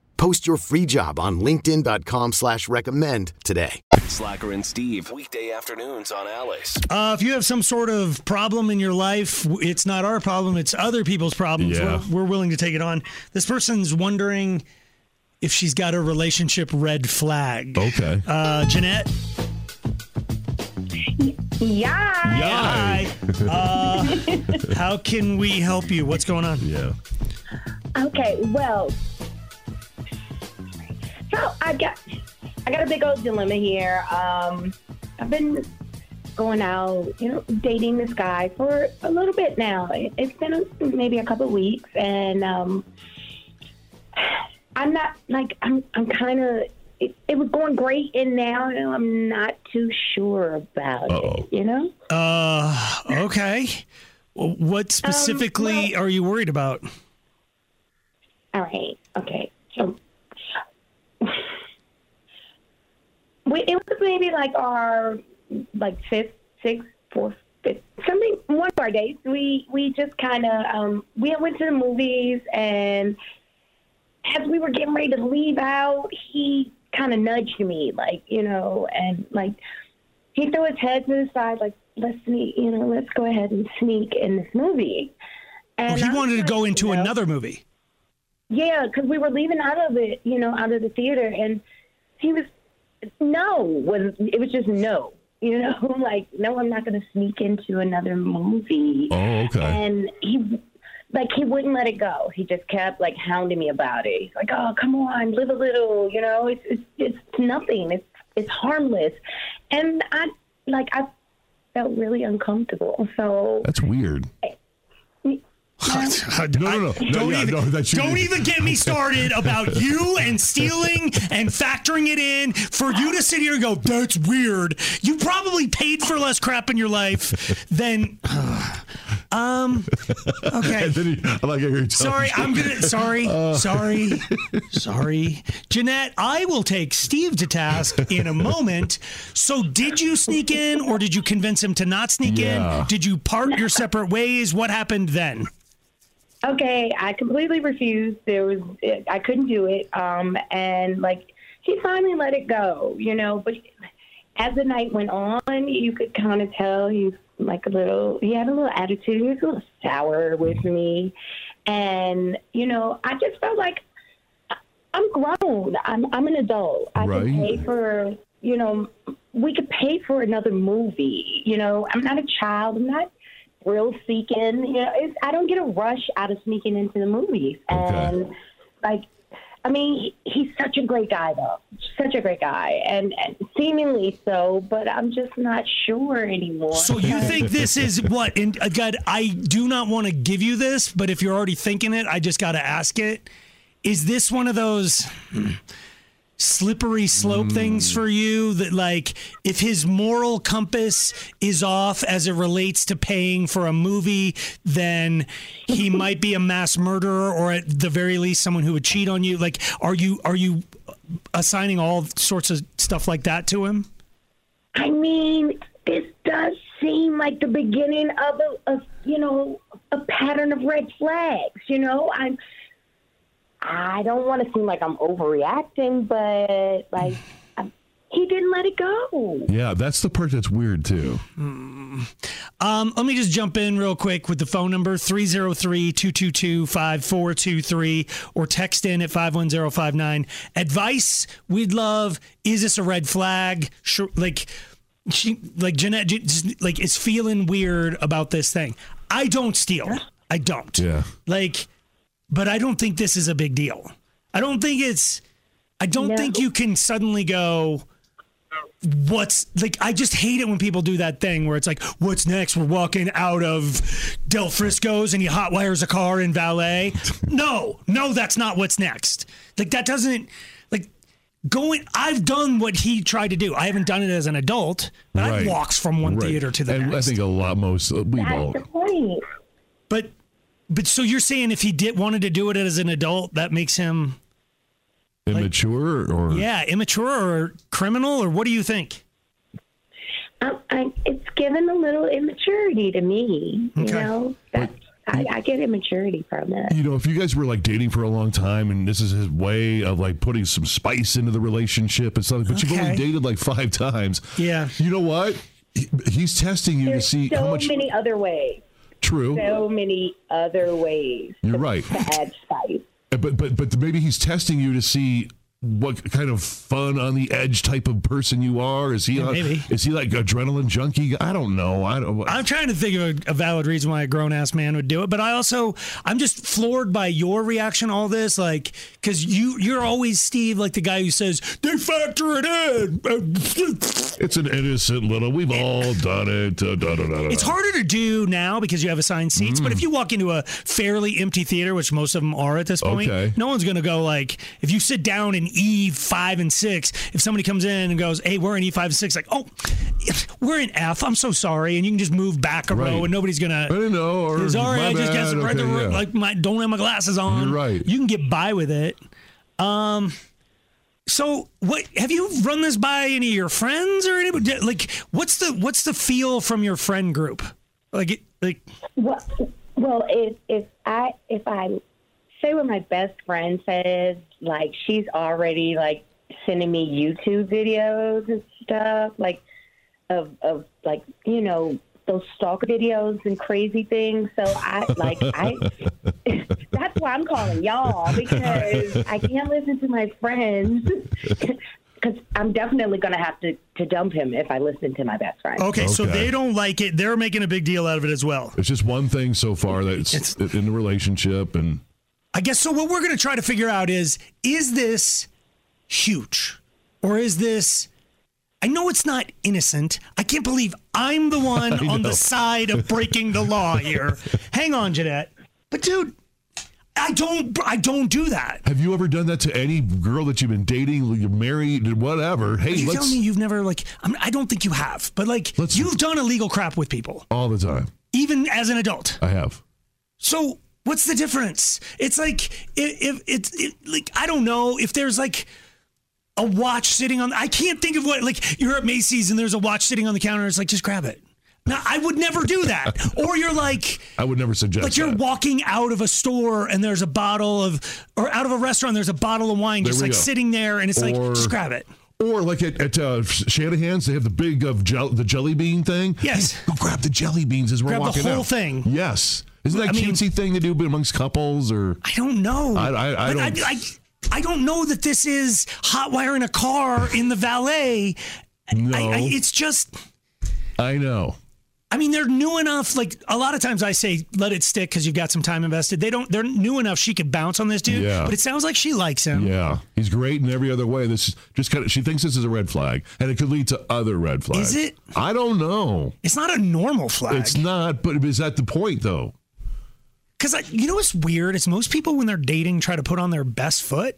Speaker 13: Post your free job on linkedin.com/recommend slash recommend today.
Speaker 2: Slacker and Steve. Weekday afternoons on Alice.
Speaker 3: Uh, if you have some sort of problem in your life, w- it's not our problem, it's other people's problems.
Speaker 2: Yeah.
Speaker 3: We're, we're willing to take it on. This person's wondering if she's got a relationship red flag.
Speaker 4: Okay.
Speaker 3: Uh, Jeanette?
Speaker 14: Yeah.
Speaker 3: Hi. Uh, how can we help you? What's going on?
Speaker 4: Yeah.
Speaker 14: Okay, well, so I got I got a big old dilemma here. Um, I've been going out, you know, dating this guy for a little bit now. It- It's been a, maybe a couple of weeks, and um, I'm not like I'm I'm kind of. It, it was going great, and now I'm not too sure about it. You know.
Speaker 3: Uh, okay. W- What
Speaker 14: Um,
Speaker 3: specifically are you worried about?
Speaker 14: All right. Okay. So we, it was maybe like our like fifth, sixth, fourth, fifth, something. One of our dates, we we just kind of um, we went to the movies, and as we were getting ready to leave out, he kind of nudged me, like you know, and like he threw his head to the side, like let's sneak, you know, let's go ahead and sneak in this movie. And
Speaker 3: he
Speaker 14: I'm
Speaker 3: wanted to
Speaker 14: like,
Speaker 3: go into
Speaker 14: you know,
Speaker 3: another movie.
Speaker 14: yeah, because we were leaving out of it, you know, out of the theater, and he was no was it was just no, you know, like no, I'm not going to sneak into another movie.
Speaker 4: Oh, okay.
Speaker 14: And he like he wouldn't let it go. He just kept like hounding me about it. He's like, "Oh, come on, live a little," you know. It's it's, it's nothing. It's it's harmless, and I like I felt really uncomfortable. So
Speaker 4: That's weird. no, no, no. no
Speaker 3: Don't,
Speaker 4: yeah,
Speaker 3: even,
Speaker 4: no, that's you.
Speaker 3: don't even get me started about you and stealing and factoring it in for you to sit here and go, that's weird. You probably paid for less crap in your life than. Um. Okay.
Speaker 4: And then he, I like how you're
Speaker 3: Sorry, I'm gonna. Sorry,
Speaker 4: Uh.
Speaker 3: sorry, sorry, Jeanette. I will take Steve to task in a moment. So, did you sneak in, or did you convince him to not sneak
Speaker 4: Yeah.
Speaker 3: in? Did you part your separate ways? What happened then?
Speaker 14: okay, I completely refused. There was, I couldn't do it. Um, and like, he finally let it go, you know. But as the night went on, you could kind of tell he's like a little, he had a little attitude. He was a little sour with me. And, you know, I just felt like I- I'm grown. I'm, I'm an adult. I
Speaker 4: Right.
Speaker 14: can pay for, you know, we could pay for another movie. You know, I'm not a child. I'm not thrill seeking. You know, it's, I don't get a rush out of sneaking into the movies. And like, I mean, he- he's such a great guy, though. Such a great guy, and, and seemingly so. But I'm just not sure anymore.
Speaker 3: So you think this is what? And uh, God, I do not want to give you this, but if you're already thinking it, I just got to ask it. Is this one of those hmm, slippery slope things for you that, like, if his moral compass is off as it relates to paying for a movie, then he might be a mass murderer or at the very least someone who would cheat on you? Like, are you are you assigning all sorts of stuff like that to him?
Speaker 14: I mean, this does seem like the beginning of a, a you know a pattern of red flags. You know, I'm. I don't want to seem like I'm overreacting, but like I- he didn't let it go.
Speaker 4: Yeah, that's the part that's weird too.
Speaker 3: Um, let me just jump in real quick with the phone number 303-222-5423 or text in at 51059. Advice we'd love is this a red flag? Sure, like she like Jeanette just, like is feeling weird about this thing. I don't steal. I don't.
Speaker 4: Yeah.
Speaker 3: Like but I don't think this is a big deal. I don't think it's I don't think you can suddenly go what's like I just hate it when people do that thing where it's like, what's next? We're walking out of Del Frisco's and he hot wires a car in valet. no, no, that's not what's next. Like that doesn't like going I've done what he tried to do. I haven't done it as an adult, but
Speaker 4: Right.
Speaker 3: I walks from one
Speaker 4: Right.
Speaker 3: theater to the
Speaker 4: and
Speaker 3: next.
Speaker 4: I think a lot most uh, we don't.
Speaker 14: point.
Speaker 3: But but so you're saying if he did wanted to do it as an adult, that makes him
Speaker 4: Immature or
Speaker 3: yeah, immature or criminal or what do you think?
Speaker 14: I, I, it's given a little immaturity to me. You know, That- I, I get immaturity from it.
Speaker 4: You know, if you guys were like dating for a long time and this is his way of like putting some spice into the relationship and something, but you've only
Speaker 14: Okay.
Speaker 4: dated like five times.
Speaker 3: Yeah.
Speaker 4: You know what? He- He's testing you to see
Speaker 14: so
Speaker 4: how much
Speaker 14: many other ways.
Speaker 4: true.
Speaker 14: So many other ways
Speaker 4: You're right. Eh,
Speaker 14: to add spice.
Speaker 4: But but but maybe he's testing you to see what kind of fun on the edge type of person you are. Is he
Speaker 3: Yeah,
Speaker 4: on-
Speaker 3: maybe.
Speaker 4: is he like adrenaline junkie? I don't know. I don't.
Speaker 3: I'm trying to think of a, a valid reason why a grown ass man would do it, but I also I'm just floored by your reaction to all this, like because you you're always Steve, like the guy who says they factor it in.
Speaker 4: It's an innocent little. We've all done it. Da, da, da, da, da.
Speaker 3: It's harder to do now because you have assigned seats,
Speaker 4: Hmm.
Speaker 3: but if you walk into a fairly empty theater, which most of them are at this point,
Speaker 4: Okay.
Speaker 3: no one's going to go like, if you sit down in E5 and 6, if somebody comes in and goes, hey, we're in E5 and 6, like, oh, we're in F, I'm so sorry. And you can just move back a
Speaker 4: Right.
Speaker 3: row and nobody's going to. I
Speaker 4: don't know. or
Speaker 3: sorry,
Speaker 4: my
Speaker 3: I just
Speaker 4: bad,
Speaker 3: guess read the
Speaker 4: okay,
Speaker 3: room.
Speaker 4: yeah.
Speaker 3: Like, my, don't have my glasses on.
Speaker 4: You're right.
Speaker 3: You can get by with it. Um, so what have you run this by any of your friends or anybody? Like, what's the what's the feel from your friend group? Like, it- like
Speaker 14: Well, well, if if I if I say what my best friend says, like she's already like sending me YouTube videos and stuff, like of of like you know those stalker videos and crazy things. So I like I that's why I'm calling y'all because I can't listen to my friends. Because I'm definitely going to have to, to dump him if I listen to my best friend.
Speaker 3: okay, so
Speaker 4: Okay.
Speaker 3: they don't like it. They're making a big deal out of it as well.
Speaker 4: It's just one thing so far that's in the relationship, and
Speaker 3: I guess so. What we're going to try to figure out is is this huge or is this? I know it's not innocent. I can't believe I'm the one
Speaker 4: I
Speaker 3: on
Speaker 4: know.
Speaker 3: the side of breaking the law here. Hang on, Jeanette. But dude, I don't. I don't do that.
Speaker 4: have you ever done that to any girl that you've been dating, you're married, whatever? Hey,
Speaker 3: Are you
Speaker 4: let's
Speaker 3: telling me you've never like? I'm, I don't think you have, but like you've done illegal crap with people,
Speaker 4: all the time.
Speaker 3: even as an adult.
Speaker 4: I have.
Speaker 3: So what's the difference? It's like if, if it's it, like I don't know if there's like a watch sitting on. I can't think of what like you're at Macy's and there's a watch sitting on the counter. It's like just grab it. No, I would never do that. Or you're like
Speaker 4: I would never suggest
Speaker 3: like you're
Speaker 4: that.
Speaker 3: walking out of a store and there's a bottle of or out of a restaurant there's a bottle of wine
Speaker 4: There
Speaker 3: just
Speaker 4: we
Speaker 3: like
Speaker 4: go.
Speaker 3: sitting there and it's like
Speaker 4: Or-
Speaker 3: just grab it.
Speaker 4: Or like at, at uh, Shanahan's, they have the big of gel, the jelly bean thing.
Speaker 3: Yes.
Speaker 4: Go grab the jelly beans as we're
Speaker 3: Grab the
Speaker 4: walking
Speaker 3: whole
Speaker 4: out.
Speaker 3: thing.
Speaker 4: Yes. Isn't that a
Speaker 3: I mean-
Speaker 4: cutesy thing to do amongst couples or?
Speaker 3: I don't know.
Speaker 4: I, I, I
Speaker 3: Like,
Speaker 4: don't.
Speaker 3: I, I, I don't know that this is hot wiring a car in the valet.
Speaker 4: no.
Speaker 3: I, I, it's just.
Speaker 4: I know.
Speaker 3: I mean, they're new enough. Like a lot of times, I say let it stick because you've got some time invested. They don't. They're new enough. She could bounce on this dude.
Speaker 4: Yeah.
Speaker 3: But it sounds like she likes him.
Speaker 4: Yeah, he's great in every other way. This is just kind of she thinks this is a red flag, and it could lead to other red flags.
Speaker 3: Is it?
Speaker 4: I don't know.
Speaker 3: It's not a normal flag.
Speaker 4: It's not, but is that the point though?
Speaker 3: Because you know what's weird is most people when they're dating try to put on their best foot.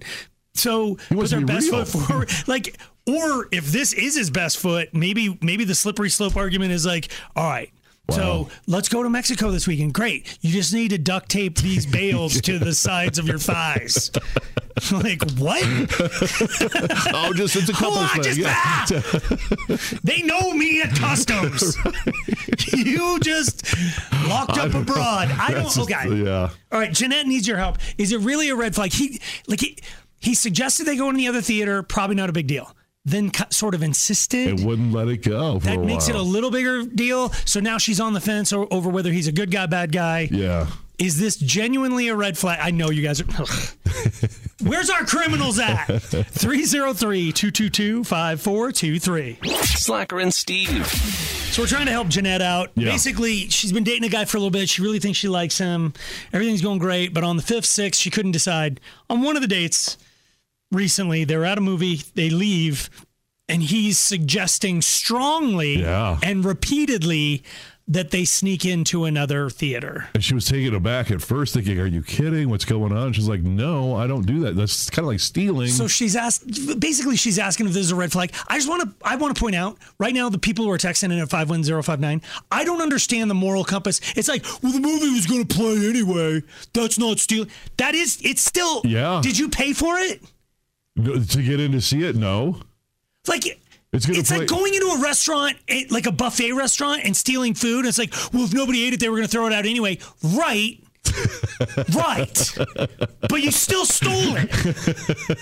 Speaker 3: So put
Speaker 4: wants to
Speaker 3: their
Speaker 4: be
Speaker 3: best
Speaker 4: real.
Speaker 3: foot forward. Like, or if this is his best foot, maybe maybe the slippery slope argument is like, all right. So let's go to Mexico this weekend. Great. You just need to duct tape these bales to the sides of your thighs. like, what?
Speaker 4: oh, just it's a couple
Speaker 3: Oh, I
Speaker 4: thing.
Speaker 3: just-
Speaker 4: yeah.
Speaker 3: They know me at customs. you just locked
Speaker 4: I
Speaker 3: up
Speaker 4: don't know.
Speaker 3: abroad. I don't.
Speaker 4: That's just-
Speaker 3: okay.
Speaker 4: yeah.
Speaker 3: All right. Jeanette needs your help. Is it really a red flag? He like he he suggested they go in the other theater. Probably not a big deal. Then co- sort of insisted.
Speaker 4: It wouldn't let it go. For
Speaker 3: that
Speaker 4: a
Speaker 3: makes it a
Speaker 4: while.
Speaker 3: little bigger deal. So now she's on the fence o- over whether he's a good guy, bad guy.
Speaker 4: Yeah.
Speaker 3: Is this genuinely a red flag? I know you guys are. Where's our criminals at? 303 222 5423.
Speaker 2: Slacker and Steve.
Speaker 3: So we're trying to help Jeanette out.
Speaker 2: Yeah.
Speaker 3: Basically, she's been dating a guy for a little bit. She really thinks she likes him. Everything's going great, but on the fifth, sixth, she couldn't decide. On one of the dates recently, they were at a movie. They leave, and he's suggesting strongly and repeatedly that they sneak into another theater.
Speaker 4: And she was taken aback at first, thinking, "Are you kidding? What's going on?" She's like, "No, I don't do that. That's kind of like stealing."
Speaker 3: So she's asked. Basically, she's asking if this is a red flag. I just want to. I want to point out right now the people who are texting in at five one zero five nine. I don't understand the moral compass. It's like, well, the movie was going to play anyway. That's not stealing. That is. It's still.
Speaker 4: Yeah.
Speaker 3: Did you pay for it?
Speaker 4: No, to get in to see it, no.
Speaker 3: Like.
Speaker 4: It's
Speaker 3: It's,
Speaker 4: gonna
Speaker 3: like
Speaker 4: play-
Speaker 3: going into a restaurant, eh, like a buffet restaurant, and stealing food. It's like, well, if nobody ate it, they were going to throw it out anyway. Right. right. But you still stole it.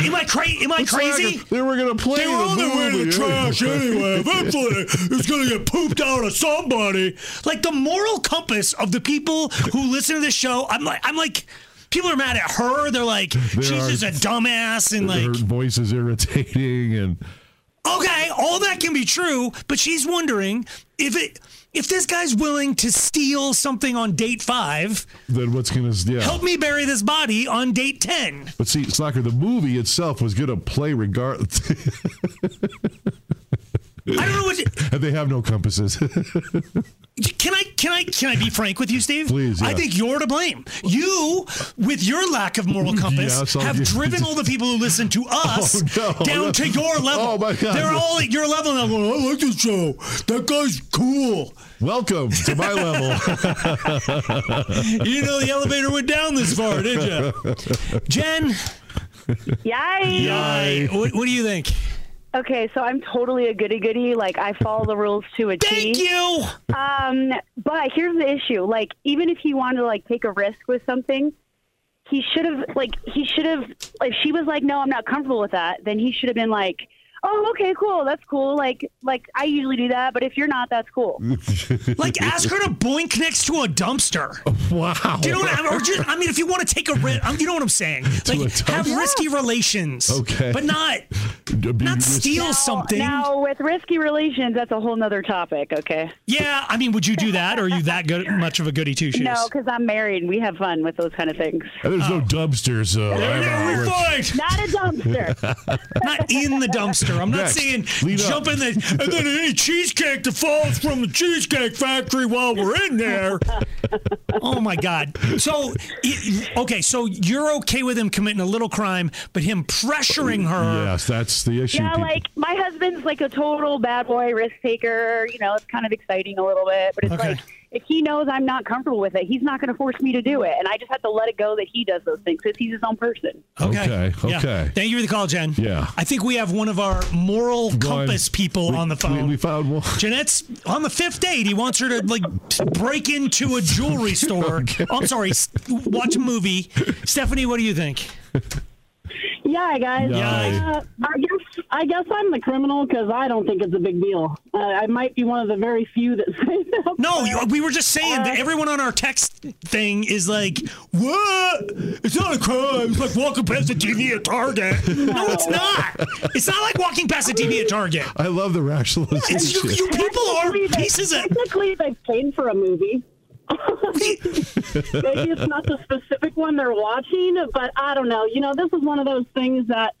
Speaker 3: Am I, cra- am I
Speaker 4: It's
Speaker 3: crazy?
Speaker 4: like they were gonna play.
Speaker 3: They were
Speaker 4: the
Speaker 3: on their way to
Speaker 4: movie
Speaker 3: the trash anyway. Eventually, it's going to get pooped out of somebody. Like the moral compass of the people who listen to this show. I'm like, I'm like, people are mad at her. They're like, she's
Speaker 4: are-
Speaker 3: just a dumbass, and like,
Speaker 4: her voice is irritating, and
Speaker 3: okay, all that can be true, but she's wondering if it, if this guy's willing to steal something on date five,
Speaker 4: then what's gonna yeah?
Speaker 3: help me bury this body on date ten.
Speaker 4: But see, Slacker, the movie itself was gonna play regardless.
Speaker 3: I don't know what.
Speaker 4: and they have no compasses.
Speaker 3: Can I can I can I be frank with you, Steve?
Speaker 4: Please,
Speaker 3: I
Speaker 4: yeah.
Speaker 3: think you're to blame. You, with your lack of moral compass,
Speaker 4: Yes, I'll
Speaker 3: have
Speaker 4: give-
Speaker 3: driven all the people who listen to us
Speaker 4: Oh, no.
Speaker 3: down to your level.
Speaker 4: Oh, my God.
Speaker 3: They're all at your level now. Going, I like this show. That guy's cool.
Speaker 4: Welcome to my level.
Speaker 3: You didn't know the elevator went down this far, did you, Jen?
Speaker 15: Yay!
Speaker 3: Yay. What, what do you think?
Speaker 15: Okay, so I'm totally a goody goody. Like I follow the rules to a T. Thank
Speaker 3: you.
Speaker 15: Um, but here's the issue. Like even if he wanted to like take a risk with something, he should have like he should have. If she was like, no, I'm not comfortable with that, then he should have been like, oh, okay, cool, that's cool. Like like I usually do that, but if you're not, that's cool.
Speaker 3: Like, ask her to boink next to a dumpster.
Speaker 4: Wow.
Speaker 3: Do you know what I mean? Or just, I mean, if you want to take a risk, you know what I'm saying? Like, have risky relations.
Speaker 4: Okay.
Speaker 3: But not not steal
Speaker 15: Now-
Speaker 3: something.
Speaker 15: Now with risky relations, that's a whole nother topic. Okay.
Speaker 3: Yeah, I mean, would you do that? Or are you that good, much of a goody two shoes?
Speaker 15: No, because I'm married. and We have fun with those kind of things.
Speaker 4: And there's
Speaker 3: Oh.
Speaker 4: no dumpster, so I'm out.
Speaker 3: We're fine.
Speaker 15: Not a dumpster.
Speaker 3: Not in the dumpster. I'm not
Speaker 4: Next.
Speaker 3: saying
Speaker 4: Lead up.
Speaker 3: jump in the and then any cheesecake that falls from the cheesecake factory while we're in there. Oh my God. So it- okay, so you're okay with him committing a little crime, but him pressuring her.
Speaker 4: Yes, that's the issue.
Speaker 15: Yeah,
Speaker 4: people.
Speaker 15: like my husband's like a total bad boy risk taker. You know, it's kind of exciting a little bit, but it's
Speaker 3: Okay.
Speaker 15: like if he knows I'm not comfortable with it, he's not going to force me to do it. And I just have to let it go that he does those things because he's his own person.
Speaker 3: Okay.
Speaker 4: Okay,
Speaker 3: Yeah.
Speaker 4: okay.
Speaker 3: Thank you for the call, Jen.
Speaker 4: Yeah.
Speaker 3: I think we have one of our moral compass people on the phone. We,
Speaker 4: found one.
Speaker 3: Jeanette's on the fifth date. He wants her to like break into a jewelry store. Oh, I'm sorry, s- watch a movie. Stephanie, what do you think?
Speaker 9: Yeah, guys.
Speaker 3: Yeah.
Speaker 9: Uh, I guess I guess I'm the criminal because I don't think it's a big deal. Uh, I might be one of the very few that say that.
Speaker 3: No, you- we were just saying that everyone on our text thing is like, "What? It's not a crime. It's like walking past a TV at Target." No, it's not. It's not like walking past a TV at Target.
Speaker 4: I love the rationalization.
Speaker 3: It's you- you people are pieces of.
Speaker 9: Technically, they paid for a movie. Maybe it's not the specific one they're watching, but I don't know. You know, this is one of those things that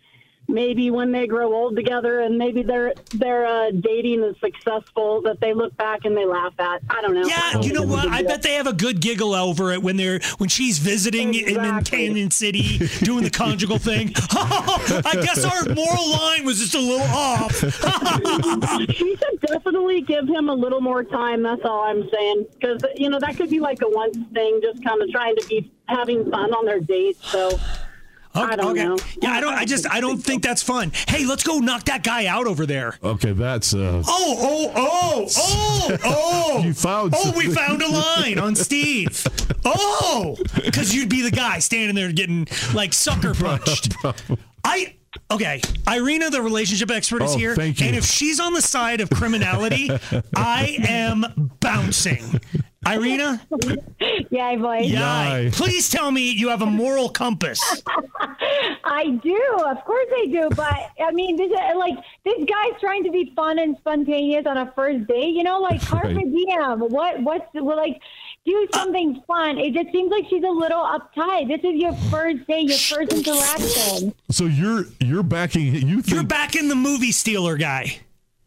Speaker 9: maybe when they grow old together and maybe their their uh, dating is successful, that they look back and they laugh at. I don't know.
Speaker 4: Oh,
Speaker 3: Yeah, you know what? I bet they have a good giggle over it when they're when she's visiting him in Canyon City doing the conjugal thing. I guess our moral line was just a little off.
Speaker 9: she should definitely give him a little more time. That's all I'm saying. Because you know that could be like a once thing, just kind of trying to be having fun on their date. So I don't know.
Speaker 3: Yeah, I don't. I just I don't think that's fun. Hey, let's go knock that guy out over there.
Speaker 4: Okay, that's uh,
Speaker 3: Oh, oh, oh, oh, oh!
Speaker 4: You found
Speaker 3: Oh, we
Speaker 4: something.
Speaker 3: found a line on Steve. Oh, because you'd be the guy standing there getting like sucker punched. I okay. Irina, the relationship expert, is
Speaker 4: Oh,
Speaker 3: here,
Speaker 4: thank you.
Speaker 3: and if she's on the side of criminality, I am bouncing. Irina,
Speaker 16: Yay, boys.
Speaker 3: yay! Please tell me you have a moral compass.
Speaker 16: I do, of course I do. But I mean, this is like this guy's trying to be fun and spontaneous on a first date. You know, like carpe
Speaker 17: Right.
Speaker 16: diem. What? What's well, like? Do something fun. It just seems like she's a little uptight. This is your first date, your first interaction.
Speaker 4: so you're you're backing you think
Speaker 3: You're backing the movie stealer guy.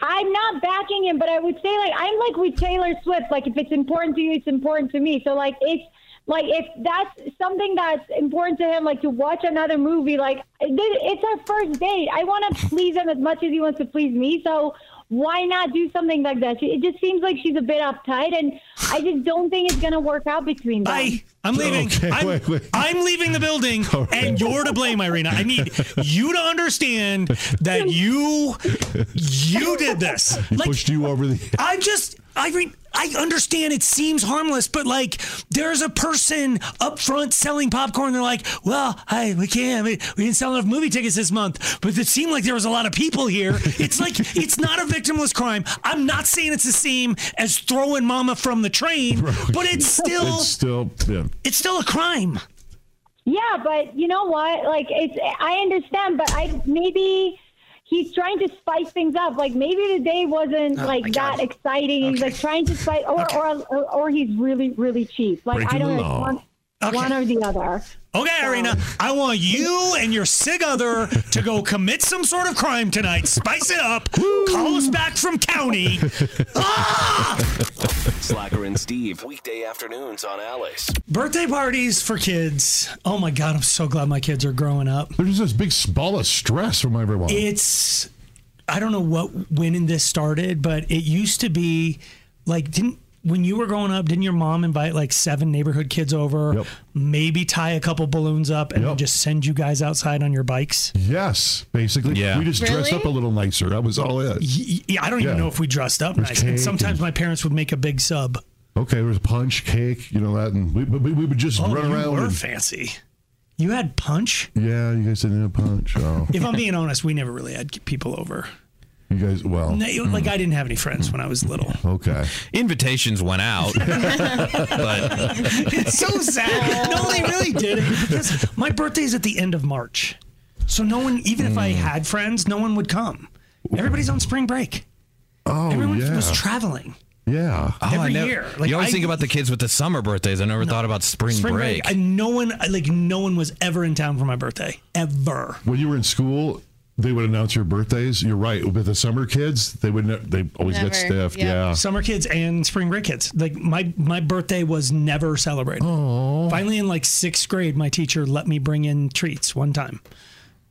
Speaker 16: I'm not backing him, but I would say like I'm like with Taylor Swift. Like if it's important to you, it's important to me. So like it's like if that's something that's important to him, like to watch another movie, like it- it's our first date. I want to please him as much as he wants to please me. So why not do something like that? She- It just seems like she's a bit uptight, and I just don't think it's gonna work out between them.
Speaker 3: I'm leaving. I'm, I'm leaving the building, and you're to blame, Irina. I need you to understand that you you did this.
Speaker 4: he pushed you over the
Speaker 3: I'm just, Irene. I understand it seems harmless, but like there's a person up front selling popcorn. They're like, "Well, I we can't we, we didn't sell enough movie tickets this month, but it seemed like there was a lot of people here." It's like it's not a victimless crime. I'm not saying it's the same as throwing mama from the train, but it's still
Speaker 4: it's still yeah.
Speaker 3: it's still a crime.
Speaker 16: Yeah, but you know what? Like it's I understand, but I maybe he's trying to spice things up. Like maybe the day wasn't
Speaker 17: Oh, my
Speaker 16: like
Speaker 17: God.
Speaker 16: that exciting. He's like trying to spice or, or, or or he's really really cheap. Like
Speaker 3: Breaking
Speaker 16: I don't
Speaker 3: the
Speaker 16: know
Speaker 3: law.
Speaker 16: one, one or the other.
Speaker 3: Okay, Irina, I want you and your sig other to go commit some sort of crime tonight. Spice it up. Call us back from county. Ah!
Speaker 2: Slacker and Steve, weekday afternoons on Alice.
Speaker 3: Birthday parties for kids. Oh my God, I'm so glad my kids are growing up.
Speaker 4: There's this big ball of stress from everyone.
Speaker 3: It's, I don't know what, when in this started, but it used to be like, didn't, when you were growing up, didn't your mom invite like seven neighborhood kids over, maybe tie a couple balloons up, and then just send you guys outside on your bikes?
Speaker 4: Yes, basically.
Speaker 3: Yeah.
Speaker 4: We just dressed
Speaker 3: Really?
Speaker 4: up a little nicer. That was all it.
Speaker 3: Yeah, I don't even know if we dressed up
Speaker 4: There's
Speaker 3: nice. And
Speaker 4: cake
Speaker 3: sometimes my parents would make a big sub.
Speaker 4: Okay, there was punch, cake, you know that, and we we, we would just
Speaker 3: Oh,
Speaker 4: run
Speaker 3: you
Speaker 4: around.
Speaker 3: were
Speaker 4: and-
Speaker 3: fancy. You had punch.
Speaker 4: Yeah, you guys didn't have punch. Oh.
Speaker 3: If I'm being honest, we never really had people over.
Speaker 4: you guys, well,
Speaker 3: No, you-
Speaker 7: hmm.
Speaker 3: like I didn't have any friends when I was little.
Speaker 4: okay.
Speaker 7: Invitations went out, but
Speaker 3: It's so sad. No, they really did it because my birthday's at the end of March, so no one, even if I
Speaker 7: Hmm.
Speaker 3: had friends, no one would come. Everybody's on spring break.
Speaker 4: Oh,
Speaker 3: Everyone
Speaker 7: yeah.
Speaker 3: was traveling.
Speaker 4: yeah.
Speaker 3: Every year, like,
Speaker 7: Oh, you always
Speaker 3: I-
Speaker 7: think about the kids with the summer birthdays. I never thought about spring, break.
Speaker 3: and no one, like no one was ever in town for my birthday ever.
Speaker 4: When you were in school, they would announce your birthdays. You're right. With the summer kids, they would ne- they always get stiff. Yeah.
Speaker 3: Summer kids and spring break kids. Like my my birthday was never celebrated.
Speaker 4: Oh.
Speaker 3: Finally in like 6th grade my teacher let me bring in treats one time.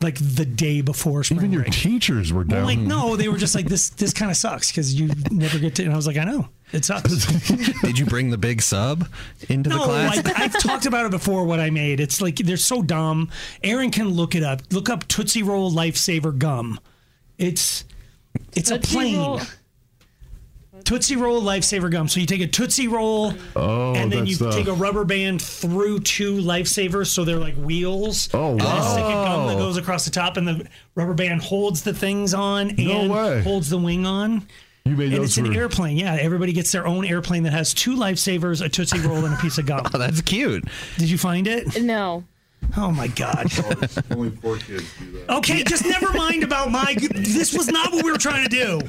Speaker 3: Like the day before spring
Speaker 4: Even your
Speaker 3: break.
Speaker 4: teachers were
Speaker 3: Well,
Speaker 4: down.
Speaker 3: like no, they were just like this this kind of sucks cuz you never get to and I was like I know. It's us.
Speaker 7: Did you bring the big sub into the
Speaker 3: no,
Speaker 7: class?
Speaker 3: like, I've talked about it before. What I made, it's like they're so dumb. Aaron can look it up. Look up Tootsie Roll Lifesaver gum. It's it's
Speaker 17: Tootsie
Speaker 3: a plane.
Speaker 17: Roll.
Speaker 3: Tootsie Roll Lifesaver gum. So you take a Tootsie Roll,
Speaker 4: Oh,
Speaker 3: and then
Speaker 4: that
Speaker 3: you
Speaker 4: stuff.
Speaker 3: take a rubber band through two lifesavers, so they're like wheels.
Speaker 4: Oh,
Speaker 3: And then
Speaker 4: wow.
Speaker 3: stick a gum that
Speaker 4: Oh.
Speaker 3: goes across the top, and the rubber band holds the things on and
Speaker 4: No way.
Speaker 3: holds the wing on.
Speaker 4: You made
Speaker 3: and
Speaker 4: those
Speaker 3: it's an
Speaker 4: for-
Speaker 3: airplane. Yeah, everybody gets their own airplane that has two lifesavers, a Tootsie Roll, and a piece of gum. Oh,
Speaker 7: that's cute.
Speaker 3: Did you find it?
Speaker 5: No.
Speaker 3: Oh my god.
Speaker 4: Only poor kids do that.
Speaker 3: Okay, just never mind about my. This was not what we were trying to do.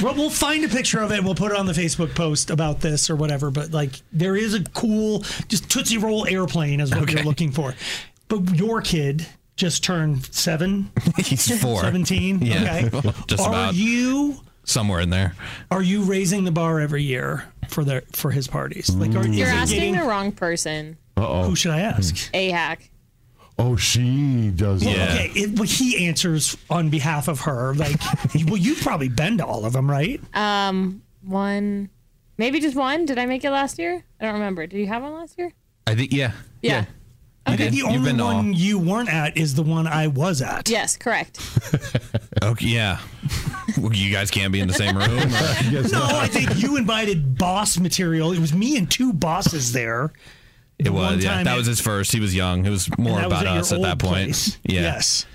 Speaker 3: Well, we'll find a picture of it and we'll put it on the Facebook post about this or whatever. But like, there is a cool, just Tootsie Roll airplane is what you're looking for. But your kid just turned seven.
Speaker 7: He's four.
Speaker 3: 17.
Speaker 7: Yeah.
Speaker 3: Okay.
Speaker 7: Just
Speaker 3: Are
Speaker 7: about.
Speaker 3: you
Speaker 7: somewhere in there?
Speaker 3: Are you raising the bar every year for their for his parties? Like, are is
Speaker 5: You're
Speaker 3: it
Speaker 5: asking
Speaker 3: getting-
Speaker 5: the wrong person.
Speaker 4: Uh-oh.
Speaker 3: Who should I
Speaker 7: Hmm.
Speaker 3: ask?
Speaker 5: A hack.
Speaker 4: Oh, she does
Speaker 3: Well,
Speaker 4: that.
Speaker 3: okay, it, well, he answers on behalf of her. Like, well, you've probably been to all of them, right?
Speaker 5: Um, one, maybe just one. Did I make it last year? I don't remember. Did you have one last year?
Speaker 7: I think, yeah.
Speaker 5: Yeah.
Speaker 3: I think
Speaker 7: Okay.
Speaker 3: the
Speaker 7: You've
Speaker 3: only
Speaker 7: been to all.
Speaker 3: one you weren't at is the one I was at.
Speaker 5: Yes, correct.
Speaker 7: Okay, yeah. Well, you guys can't be in the same room.
Speaker 3: no, I think you invited boss material. It was me and two bosses there.
Speaker 7: It
Speaker 3: one
Speaker 7: was, yeah.
Speaker 3: time
Speaker 7: That
Speaker 3: at-
Speaker 7: was his first. He was young. It was more
Speaker 3: that was
Speaker 7: about
Speaker 3: at your
Speaker 7: us at that
Speaker 3: old
Speaker 7: point.
Speaker 3: place.
Speaker 7: Yeah.
Speaker 3: Yes.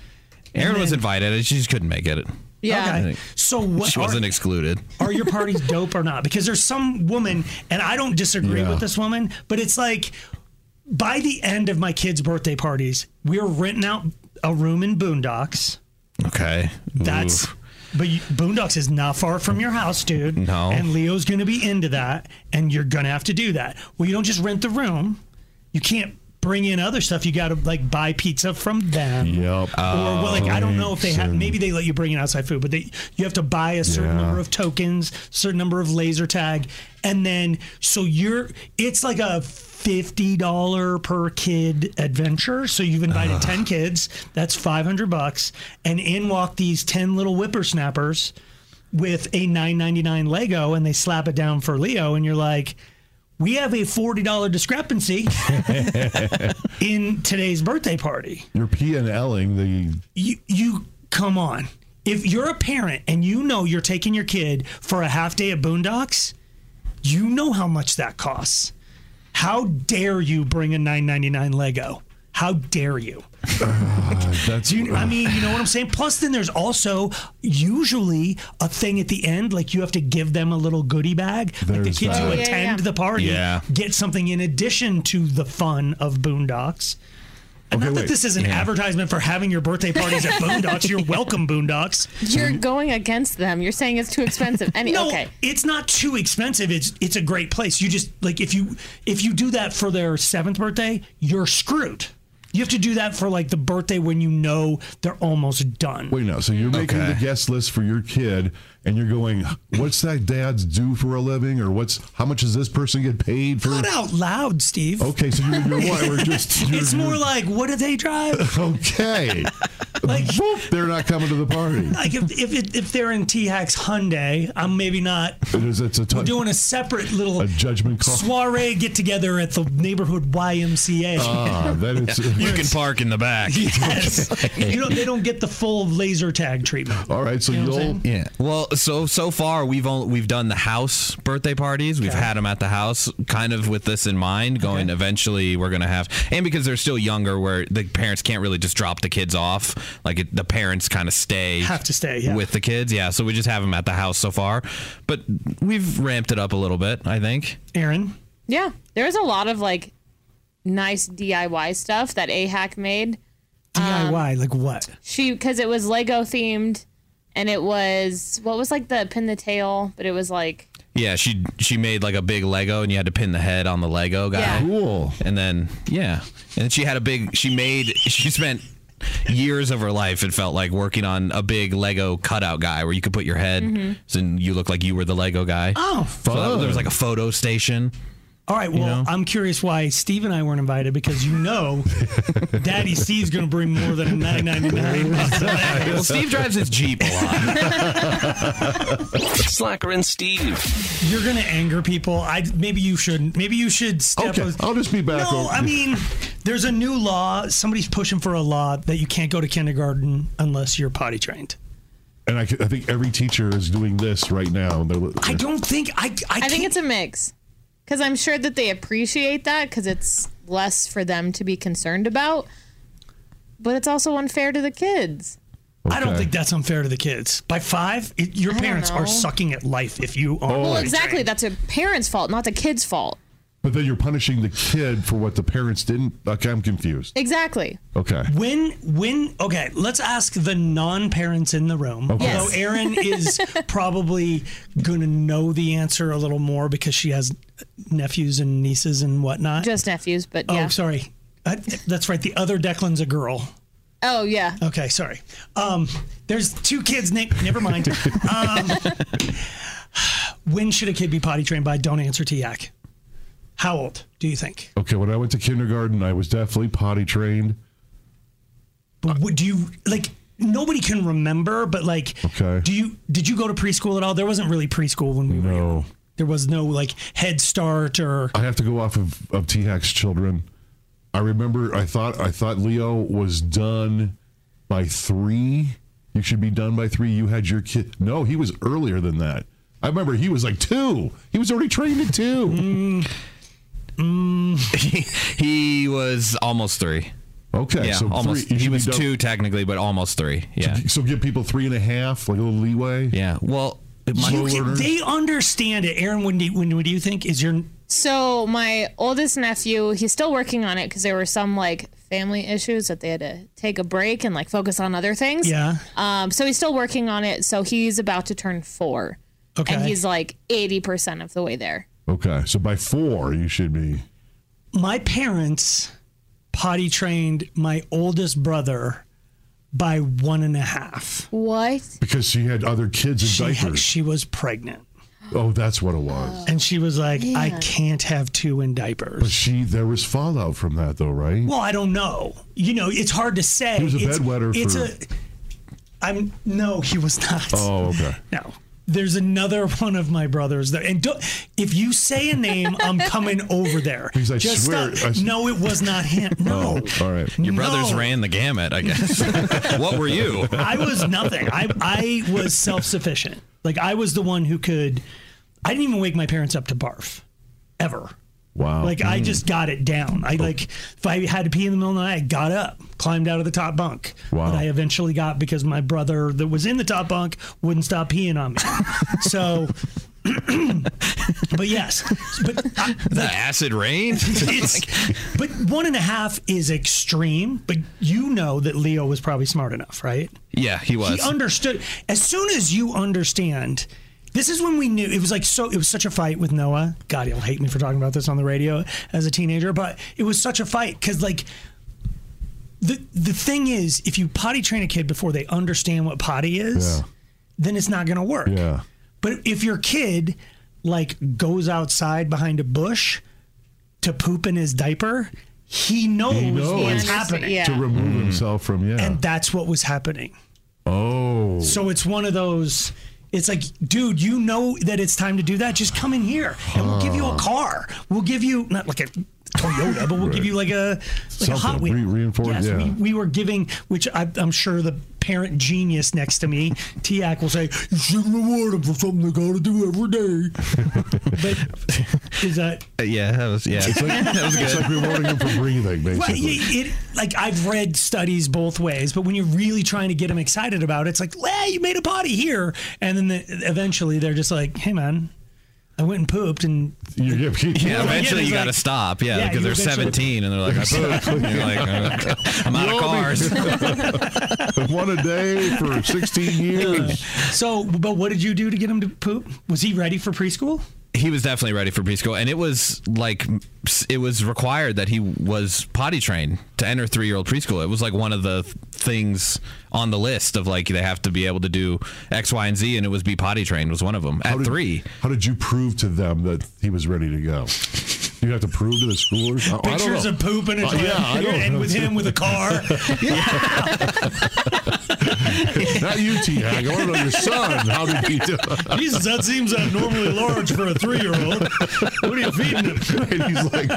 Speaker 7: Aaron
Speaker 3: And
Speaker 7: was
Speaker 3: then-
Speaker 7: invited. and She just couldn't make it.
Speaker 3: Yeah. Okay.
Speaker 7: I think.
Speaker 3: So what
Speaker 7: She
Speaker 3: are-
Speaker 7: wasn't excluded.
Speaker 3: Are your parties dope or not? Because there's some woman, and I don't disagree
Speaker 7: Yeah.
Speaker 3: with this woman, but it's like by the end of my kids' birthday parties, we're renting out a room in Boondocks.
Speaker 7: Okay.
Speaker 3: That's
Speaker 7: Oof.
Speaker 3: but you, Boondocks is not far from your house, dude.
Speaker 7: No.
Speaker 3: And Leo's going to be into that, and you're going to have to do that. Well, you don't just rent the room. You can't bring in other stuff. You got to like buy pizza from them. or
Speaker 4: Yep.
Speaker 3: well, like I don't know if they have. Maybe they let you bring in outside food, but they you have to buy a certain
Speaker 4: Yeah.
Speaker 3: number of tokens, certain number of laser tag, and then so you're it's like a. $50 per kid adventure. So you've invited 10 kids. That's 500 bucks. And in walk these 10 little whippersnappers with a 999 Lego and they slap it down for Leo. And you're like, we have a $40 discrepancy in today's birthday party
Speaker 4: You're P and Ling the.
Speaker 3: you, you come on. If you're a parent and you know you're taking your kid for a half day at Boondocks, you know how much that costs. How dare you bring a 999 Lego? How dare you?
Speaker 4: uh, that's
Speaker 3: you, I mean, you know what I'm saying? Plus then there's also usually a thing at the end like you have to give them a little goodie bag. like the
Speaker 4: There's
Speaker 3: kids who
Speaker 4: that. Yeah, yeah,
Speaker 3: attend
Speaker 4: yeah.
Speaker 3: the party
Speaker 4: Yeah.
Speaker 3: get something in addition to the fun of Boondocks. And
Speaker 4: Okay,
Speaker 3: not
Speaker 4: wait.
Speaker 3: that this is an
Speaker 4: Yeah.
Speaker 3: advertisement for having your birthday parties at Boondocks. You're welcome, Boondocks.
Speaker 5: You're going against them. You're saying it's too expensive. Any
Speaker 3: no,
Speaker 5: okay.
Speaker 3: it's not too expensive. It's it's a great place. You just like if you if you do that for their seventh birthday, you're screwed. You have to do that for like the birthday when you know they're almost done.
Speaker 4: Wait, no. So you're making the guest list for your kid, and you're going, "What's that dad's do for a living?" Or "What's how much does this person get paid for?"
Speaker 3: Not out loud, Steve.
Speaker 4: Okay, so you're, you're what? We're just. You're,
Speaker 3: Mm-hmm. it's more
Speaker 4: you're-
Speaker 3: like what do they drive?
Speaker 4: Okay. Whoop, they're not coming to the party.
Speaker 3: Like if if, it, if they're in T Hacks Hyundai, I'm maybe not.
Speaker 4: It is. It's a.
Speaker 3: We're doing a separate little
Speaker 4: a judgment call.
Speaker 3: soiree get together at the neighborhood YMCA.
Speaker 4: Ah, that is.
Speaker 7: You can park in the back.
Speaker 3: Yes. you don't, they don't get the full laser tag treatment.
Speaker 4: All right, so
Speaker 3: You know what I'm you'll-
Speaker 7: yeah. Well, so so far we've only, we've done the house birthday parties. We've had them at the house, kind of with this in mind. Going eventually, we're gonna have, and because they're still younger, where the parents can't really just drop the kids off. Like it, the parents kind of stay
Speaker 3: Have to stay, yeah.
Speaker 7: with the kids. Yeah. So we just have them at the house so far, but we've ramped it up a little bit. I think.
Speaker 3: Aaron,
Speaker 5: Yeah. There's a lot of like nice DIY stuff that A hack made.
Speaker 3: DIY, like what?
Speaker 5: She because it was Lego themed and it was what was like the pin the tail, but it was like
Speaker 7: Yeah, she she made like a big Lego, and you had to pin the head on the Lego guy.
Speaker 5: Yeah.
Speaker 4: Cool.
Speaker 7: And then yeah, and then she had a big. She made. She spent years of her life. It felt like working on a big Lego cutout guy where you could put your head,
Speaker 3: Mhm.
Speaker 7: and you look like you were the Lego guy.
Speaker 3: Oh,
Speaker 7: So that- there was like a photo station.
Speaker 3: All right. Well, I'm curious why Steve and I weren't invited because you know, Daddy Steve's going to bring more than a 9.99.
Speaker 7: well, Steve drives his Jeep a lot.
Speaker 2: Slacker and Steve.
Speaker 3: You're going to anger people. I maybe you shouldn't. Maybe you should step.
Speaker 4: Okay, I'll just be back
Speaker 3: No,
Speaker 4: over-
Speaker 3: I mean, there's a new law. Somebody's pushing for a law that you can't go to kindergarten unless you're potty trained.
Speaker 4: And I, c- I think every teacher is doing this right now.
Speaker 3: I don't think I. I,
Speaker 5: think it's a mix because I'm sure that they appreciate that because it's less for them to be concerned about, but it's also unfair to the kids.
Speaker 3: I don't think that's unfair to the kids. By five, it, your
Speaker 5: don't
Speaker 3: parents are
Speaker 5: know.
Speaker 3: sucking at life if you are.
Speaker 5: well, exactly. That's a parent's fault, not the kid's fault.
Speaker 4: But then you're punishing the kid for what the parents didn't. Okay, I'm confused.
Speaker 5: Exactly.
Speaker 4: Okay.
Speaker 3: When when okay, let's ask the non-parents in the room.
Speaker 4: Okay.
Speaker 3: Although
Speaker 4: Yes.
Speaker 3: Erin is probably going to know the answer a little more because she has nephews and nieces and whatnot.
Speaker 5: Just nephews, but
Speaker 3: oh,
Speaker 5: yeah.
Speaker 3: sorry, I, that's right. The other Declan's a girl.
Speaker 5: Oh yeah.
Speaker 3: Okay, sorry. Um, there's two kids. Nick, never mind. Um, when should a kid be potty trained by? Don't answer to yak. How old do you think?
Speaker 4: Okay, when I went to kindergarten, I was definitely potty trained.
Speaker 3: But would you like? Nobody can remember, but like,
Speaker 4: Okay.
Speaker 3: do you did you go to preschool at all? There wasn't really preschool when we were. young. There was no like Head Start or.
Speaker 4: I have to go off of, of T Hack's children. I remember I thought I thought Leo was done by three. You should be done by three. You had your kid. No, he was earlier than that. I remember he was like two. He was already trained at two.
Speaker 7: he was almost three.
Speaker 4: Okay,
Speaker 7: yeah,
Speaker 4: so three-
Speaker 7: almost.
Speaker 4: you
Speaker 7: he
Speaker 4: should be
Speaker 7: was
Speaker 4: done-
Speaker 7: two technically, but almost three. Yeah.
Speaker 4: So give people three and a half, like a little leeway.
Speaker 7: Yeah. Well,
Speaker 3: You can, they understand it. Aaron, when do, you- when, what do you think is your
Speaker 5: So my oldest nephew, he's still working on it because there were some like family issues that they had to take a break and like focus on other things.
Speaker 3: Yeah.
Speaker 5: Um, so he's still working on it. So he's about to turn four.
Speaker 4: Okay.
Speaker 5: And he's like eighty percent of the way there.
Speaker 4: Okay, so by four you should be.
Speaker 3: my parents potty trained my oldest brother by one and a half.
Speaker 5: What?
Speaker 4: Because she had other kids in
Speaker 3: She, had-
Speaker 4: diapers.
Speaker 3: she was pregnant.
Speaker 4: oh, that's what it was.
Speaker 3: And she was like, I
Speaker 4: Yeah.
Speaker 3: can't have two in diapers.
Speaker 4: But she, there was fallout from that, though, right?
Speaker 3: Well, I don't know. You know, it's hard to say.
Speaker 4: He was a
Speaker 3: it's,
Speaker 4: bedwetter
Speaker 3: It's
Speaker 4: for-
Speaker 3: a. I'm no, he was not.
Speaker 4: Oh, okay.
Speaker 3: No. There's another one of my brothers there, and don't, if you say a name, I'm coming over there.
Speaker 7: Because I
Speaker 3: Just
Speaker 7: swear-
Speaker 3: stop.
Speaker 7: I-
Speaker 3: no, it was not him. No,
Speaker 4: Oh, all right.
Speaker 7: Your brothers
Speaker 3: No.
Speaker 7: ran the gamut, I guess. what were you?
Speaker 3: I was nothing. I I was self sufficient. Like I was the one who could. I didn't even wake my parents up to barf, ever.
Speaker 4: Wow. Mm.
Speaker 3: Like I just got it down. I like if I had to pee in the middle of the night, I got up, climbed out of the top bunk.
Speaker 4: Wow.
Speaker 3: That I eventually got because my brother that was in the top bunk wouldn't stop peeing on me. so, but yes, but I,
Speaker 7: The acid rain?
Speaker 3: it's, but one and a half is extreme. But you know that Leo was probably smart enough, right?
Speaker 7: yeah, he was.
Speaker 3: He understood. As soon as you understand, this is when we knew it was like so. It was such a fight with Noah. God, he'll hate me for talking about this on the radio as a teenager, but it was such a fight because like. The, the thing is, if you potty train a kid before they understand what potty is,
Speaker 4: Yeah.
Speaker 3: then it's not going to work.
Speaker 4: Yeah.
Speaker 3: But if your kid like goes outside behind a bush to poop in his diaper, he knows,
Speaker 4: He knows
Speaker 3: what's happening.
Speaker 4: to remove himself from, yeah.
Speaker 3: And that's what was happening.
Speaker 4: oh.
Speaker 3: So it's one of those. It's like, dude, you know that it's time to do that. Just come in here, and we'll give you a car. We'll give you not like a Toyota, but we'll give you like a like a Hot
Speaker 4: Something
Speaker 3: Wheel.
Speaker 4: re- reinforced,
Speaker 3: Yes,
Speaker 4: yeah.
Speaker 3: we, we were giving, which I, I'm sure the parent genius next to me, Tiak, will say, "You should reward them for something they got to do every day." but is that
Speaker 7: Uh, yeah, that was yeah.
Speaker 4: It's like,
Speaker 7: that was good.
Speaker 4: it's like rewarding him for breathing,
Speaker 3: Right,
Speaker 4: basically.
Speaker 3: it, it, like I've read studies both ways, but when you're really trying to get them excited about it, it's like, well, you made a potty here, and then the, eventually they're just like, hey man, I went and pooped, and
Speaker 4: You get,
Speaker 7: Yeah, eventually
Speaker 3: it's
Speaker 7: you got to
Speaker 3: like-
Speaker 7: stop. Yeah,
Speaker 3: Yeah,
Speaker 7: because
Speaker 3: you
Speaker 7: they're
Speaker 3: eventually-
Speaker 7: 17 and they're like, I pooped. And you're like, "Uh, I'm out of cars.
Speaker 4: One a day for 16 years.
Speaker 3: So, but what did you do to get him to poop? Was he ready for preschool?
Speaker 7: He was definitely ready for preschool, and it was like it was required that he was potty trained to enter three-year-old preschool. It was like one of the things on the list of like they have to be able to do X, Y, and Z, and it was be potty trained was one of them at three.
Speaker 4: How did you prove to them that he was ready to go? You have to prove to the schoolers. I- I don't
Speaker 3: Pictures
Speaker 4: know.
Speaker 3: of poop in a
Speaker 4: Uh, yeah, I don't
Speaker 3: and
Speaker 4: know.
Speaker 3: with him with a car.
Speaker 4: Not you, T Hag. I want to know your son. How did he do?
Speaker 3: Jesus, that seems abnormally large for a three-year-old. What are you feeding him?
Speaker 4: And he's like,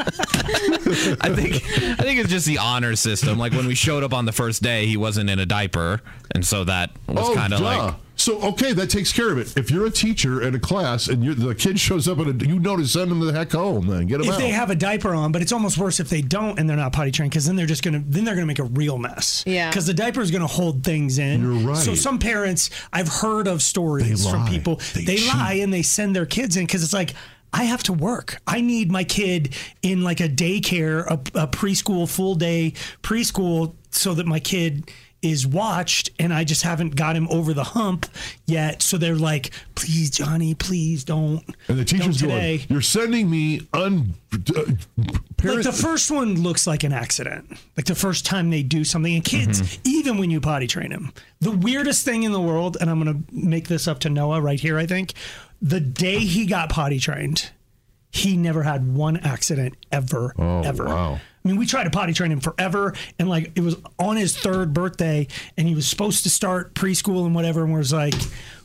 Speaker 7: I think I think it's just the honor system. Like when we showed up on the first day, he wasn't in a diaper, and so that was
Speaker 4: oh,
Speaker 7: kind of
Speaker 4: duh.
Speaker 7: like
Speaker 4: So okay, that takes care of it. If you're a teacher in a class and you're, the kid shows up and you notice, send him the heck home. Then get him
Speaker 3: if
Speaker 4: out.
Speaker 3: they have a diaper on, but it's almost worse if they don't and they're not potty trained because then they're just gonna then they're gonna make a real mess.
Speaker 4: Yeah.
Speaker 3: because the diaper is gonna hold things in. You're
Speaker 4: right.
Speaker 3: So some parents, I've heard of stories
Speaker 4: They
Speaker 3: from
Speaker 4: lie.
Speaker 3: people. They, lie and they send their kids in because it's like. I have to work. I need my kid in like a daycare, a, a preschool, full day preschool, so that my kid is watched and I just haven't got him over the hump yet. So they're like, please, Johnny, please don't.
Speaker 4: and the teacher's
Speaker 3: don't
Speaker 4: going,
Speaker 3: today.
Speaker 4: "You're sending me un." Uh,
Speaker 3: Like the first one looks like an accident. Like the first time they do something, and kids, even when you potty train them, the weirdest thing in the world, and I'm gonna make this up to Noah right here. I think the day he got potty trained, he never had one accident ever, ever.
Speaker 4: Oh, wow.
Speaker 3: I mean, we tried to potty train him forever, and like it was on his third birthday, and he was supposed to start preschool and whatever, and was like,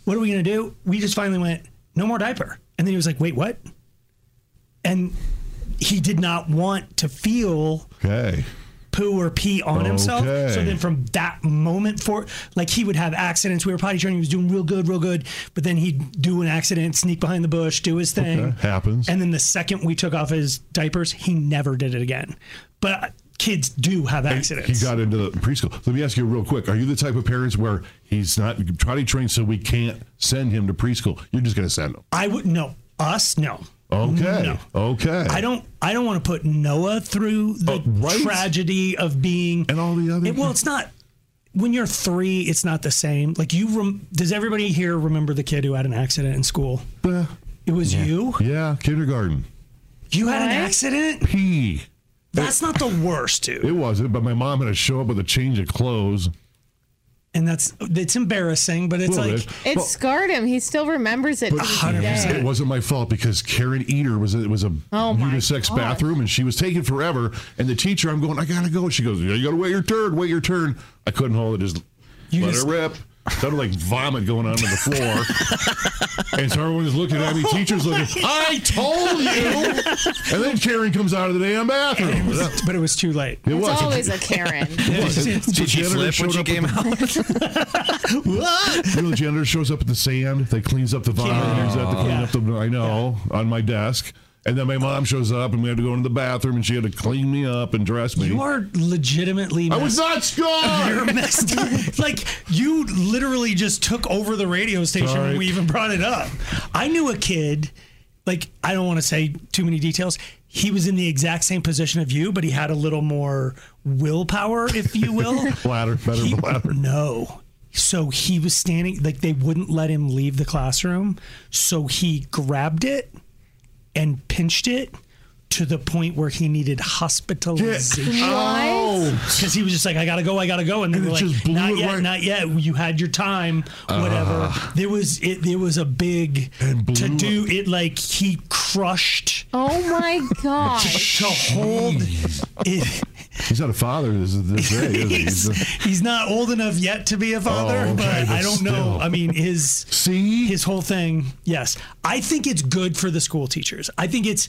Speaker 3: "What are we gonna do?" We just finally went, "No more diaper," and then he was like, "Wait, what?" and he did not want to feel
Speaker 4: okay.
Speaker 3: poo or pee on himself.
Speaker 4: Okay.
Speaker 3: So then from that moment for like he would have accidents. We were potty training, he was doing real good, real good, but then he'd do an accident, sneak behind the bush, do his thing.
Speaker 4: Okay, happens.
Speaker 3: And then the second we took off his diapers, he never did it again. But kids do have accidents.
Speaker 4: He got into the preschool. Let me ask you real quick: Are you the type of parents where he's not potty trained, so we can't send him to preschool? You're just going to send him?
Speaker 3: I would no. Us, no.
Speaker 4: Okay. Okay.
Speaker 3: I don't. I don't want to put Noah through the
Speaker 4: Oh, right?
Speaker 3: tragedy of being
Speaker 4: and all the other.
Speaker 3: well, it's not. When you're three, it's not the same. Like you, rem- does everybody here remember the kid who had an accident in school? It was you.
Speaker 4: Yeah, kindergarten.
Speaker 3: You had an accident.
Speaker 4: Pee.
Speaker 3: That's not the worst, dude.
Speaker 4: It wasn't, but my mom had to show up with a change of clothes.
Speaker 3: and that's it's embarrassing, but it's
Speaker 4: Well,
Speaker 3: like
Speaker 4: it-
Speaker 5: It scarred him. He still remembers it. to this day.
Speaker 4: It wasn't my fault because Karen Eater was it was a
Speaker 5: Oh my
Speaker 4: unisex
Speaker 5: God.
Speaker 4: bathroom and she was taking forever. And the teacher, I'm going, I gotta go. She goes, You gotta wait your turn, wait your turn. I couldn't hold it. Just
Speaker 3: You
Speaker 4: let
Speaker 3: just-
Speaker 4: it rip. Sounded like vomit going onto the floor. and so everyone's looking at
Speaker 3: Oh
Speaker 4: me. Teacher's looking. I told you. And then Karen comes out of the damn bathroom.
Speaker 3: but it was too late.
Speaker 4: It
Speaker 5: It's
Speaker 4: was
Speaker 5: always a Karen.
Speaker 4: It was.
Speaker 3: Did
Speaker 4: The
Speaker 7: she
Speaker 4: janitor
Speaker 7: flip
Speaker 4: showed
Speaker 7: when she
Speaker 4: up with
Speaker 7: came
Speaker 4: the- You know, the janitor shows up at the sand. They cleans up the vomit.
Speaker 7: Yeah.
Speaker 4: Here's that to clean up the. I know on my desk. And then my mom shows up, and we had to go into the bathroom, and she had to clean me up and dress me.
Speaker 3: You are legitimately.
Speaker 4: I was not scarred!
Speaker 3: You're messed up. Like you literally just took over the radio station
Speaker 4: Sorry.
Speaker 3: when we even brought it up. I knew a kid. Like I don't want to say too many details. He was in the exact same position of you, but he had a little more willpower, if you will.
Speaker 4: bladder, better
Speaker 3: He-
Speaker 4: bladder.
Speaker 3: No. So he was standing, like they wouldn't let him leave the classroom. So he grabbed it and pinched it to the point where he needed hospitalization.
Speaker 4: Get out.
Speaker 3: Because he was just like, I gotta go, I gotta go. And they
Speaker 4: And
Speaker 3: were
Speaker 4: it
Speaker 3: like,
Speaker 4: just blew
Speaker 3: not
Speaker 4: it
Speaker 3: yet,
Speaker 4: right-
Speaker 3: not yet. You had your time, whatever.
Speaker 4: Ah.
Speaker 3: there was it there was a big to
Speaker 4: blew
Speaker 3: do it like he crushed
Speaker 5: Oh my
Speaker 3: to,
Speaker 5: gosh.
Speaker 3: to hold it.
Speaker 4: He's not a father. This is this day, is he? He's
Speaker 3: he's,
Speaker 4: a-
Speaker 3: he's not old enough yet to be a father,
Speaker 4: Oh, okay,
Speaker 3: but,
Speaker 4: but
Speaker 3: I don't know.
Speaker 4: still.
Speaker 3: I mean, his see his whole thing. Yes, I think it's good for the school teachers. I think it's.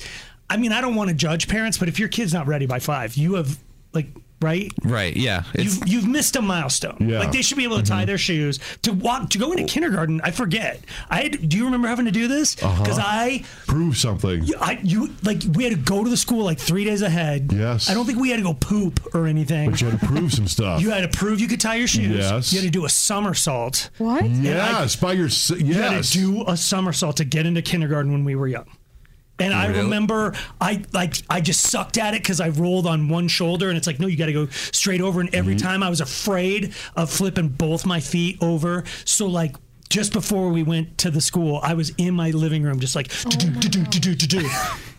Speaker 3: I mean, I don't want to judge parents, but if your kid's not ready by five, you have like right.
Speaker 7: right. Yeah, it's
Speaker 3: You've, you've missed a milestone.
Speaker 7: Yeah.
Speaker 3: Like they should be able to tie
Speaker 4: Mm-hmm.
Speaker 3: their shoes to walk to go into kindergarten. I forget. I had, do you remember having to do this? Because
Speaker 4: Uh-huh.
Speaker 3: I
Speaker 4: prove something.
Speaker 3: you- I you like we had to go to the school like three days ahead.
Speaker 4: Yes.
Speaker 3: I don't think we had to go poop or anything.
Speaker 4: But you had to prove some stuff.
Speaker 3: You had to prove you could tie your shoes.
Speaker 4: Yes.
Speaker 3: You had to do a somersault.
Speaker 5: What?
Speaker 4: Yes, by your yes.
Speaker 3: You had to do a somersault to get into kindergarten when we were young. And I
Speaker 4: Really?
Speaker 3: remember I like I just sucked at it because I rolled on one shoulder and it's like no you got to go straight over and every
Speaker 4: Mm-hmm.
Speaker 3: time I was afraid of flipping both my feet over so like just before we went to the school I was in my living room just like do do do do do do do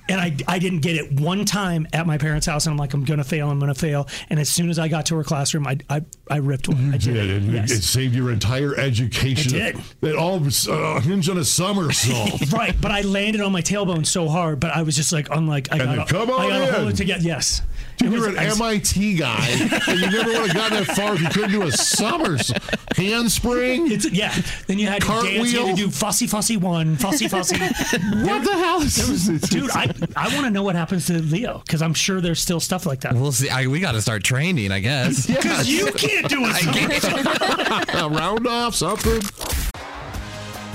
Speaker 3: And I, I didn't get it one time at my parents' house, and I'm like, I'm gonna fail, I'm gonna fail. And as soon as I got to her classroom, I I, I ripped one. I did.
Speaker 4: Mm-hmm. Yeah,
Speaker 3: it.
Speaker 4: it,
Speaker 3: Yes.
Speaker 4: it saved your entire education.
Speaker 3: It did.
Speaker 4: It all was, uh, hinged on a somersault.
Speaker 3: right, but I landed on my tailbone so hard, but I was just like, I'm like, I
Speaker 4: And
Speaker 3: gotta,
Speaker 4: then, "Come
Speaker 3: I
Speaker 4: on
Speaker 3: gotta hold
Speaker 4: in."
Speaker 3: it together. Yes.
Speaker 4: Dude,
Speaker 3: It
Speaker 4: you're
Speaker 3: was-
Speaker 4: an
Speaker 3: I was-
Speaker 4: MIT guy, and you never would have gotten that far if you couldn't do a somersault. Handspring?
Speaker 3: It's, yeah. Then you had to dance, you
Speaker 4: Cartwheel?
Speaker 3: had to do fussy fussy one, fussy fussy.
Speaker 4: What the hell is
Speaker 3: There was-
Speaker 4: this?
Speaker 3: Dude, I, I want to know what happens to Leo because I'm sure there's still stuff like that.
Speaker 7: We'll see. I, we got to start training, I guess.
Speaker 3: 'Cause you can't do it.
Speaker 4: Round off something.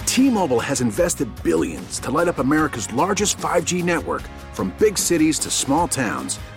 Speaker 17: T-Mobile has invested billions to light up America's largest 5G network from big cities to small towns,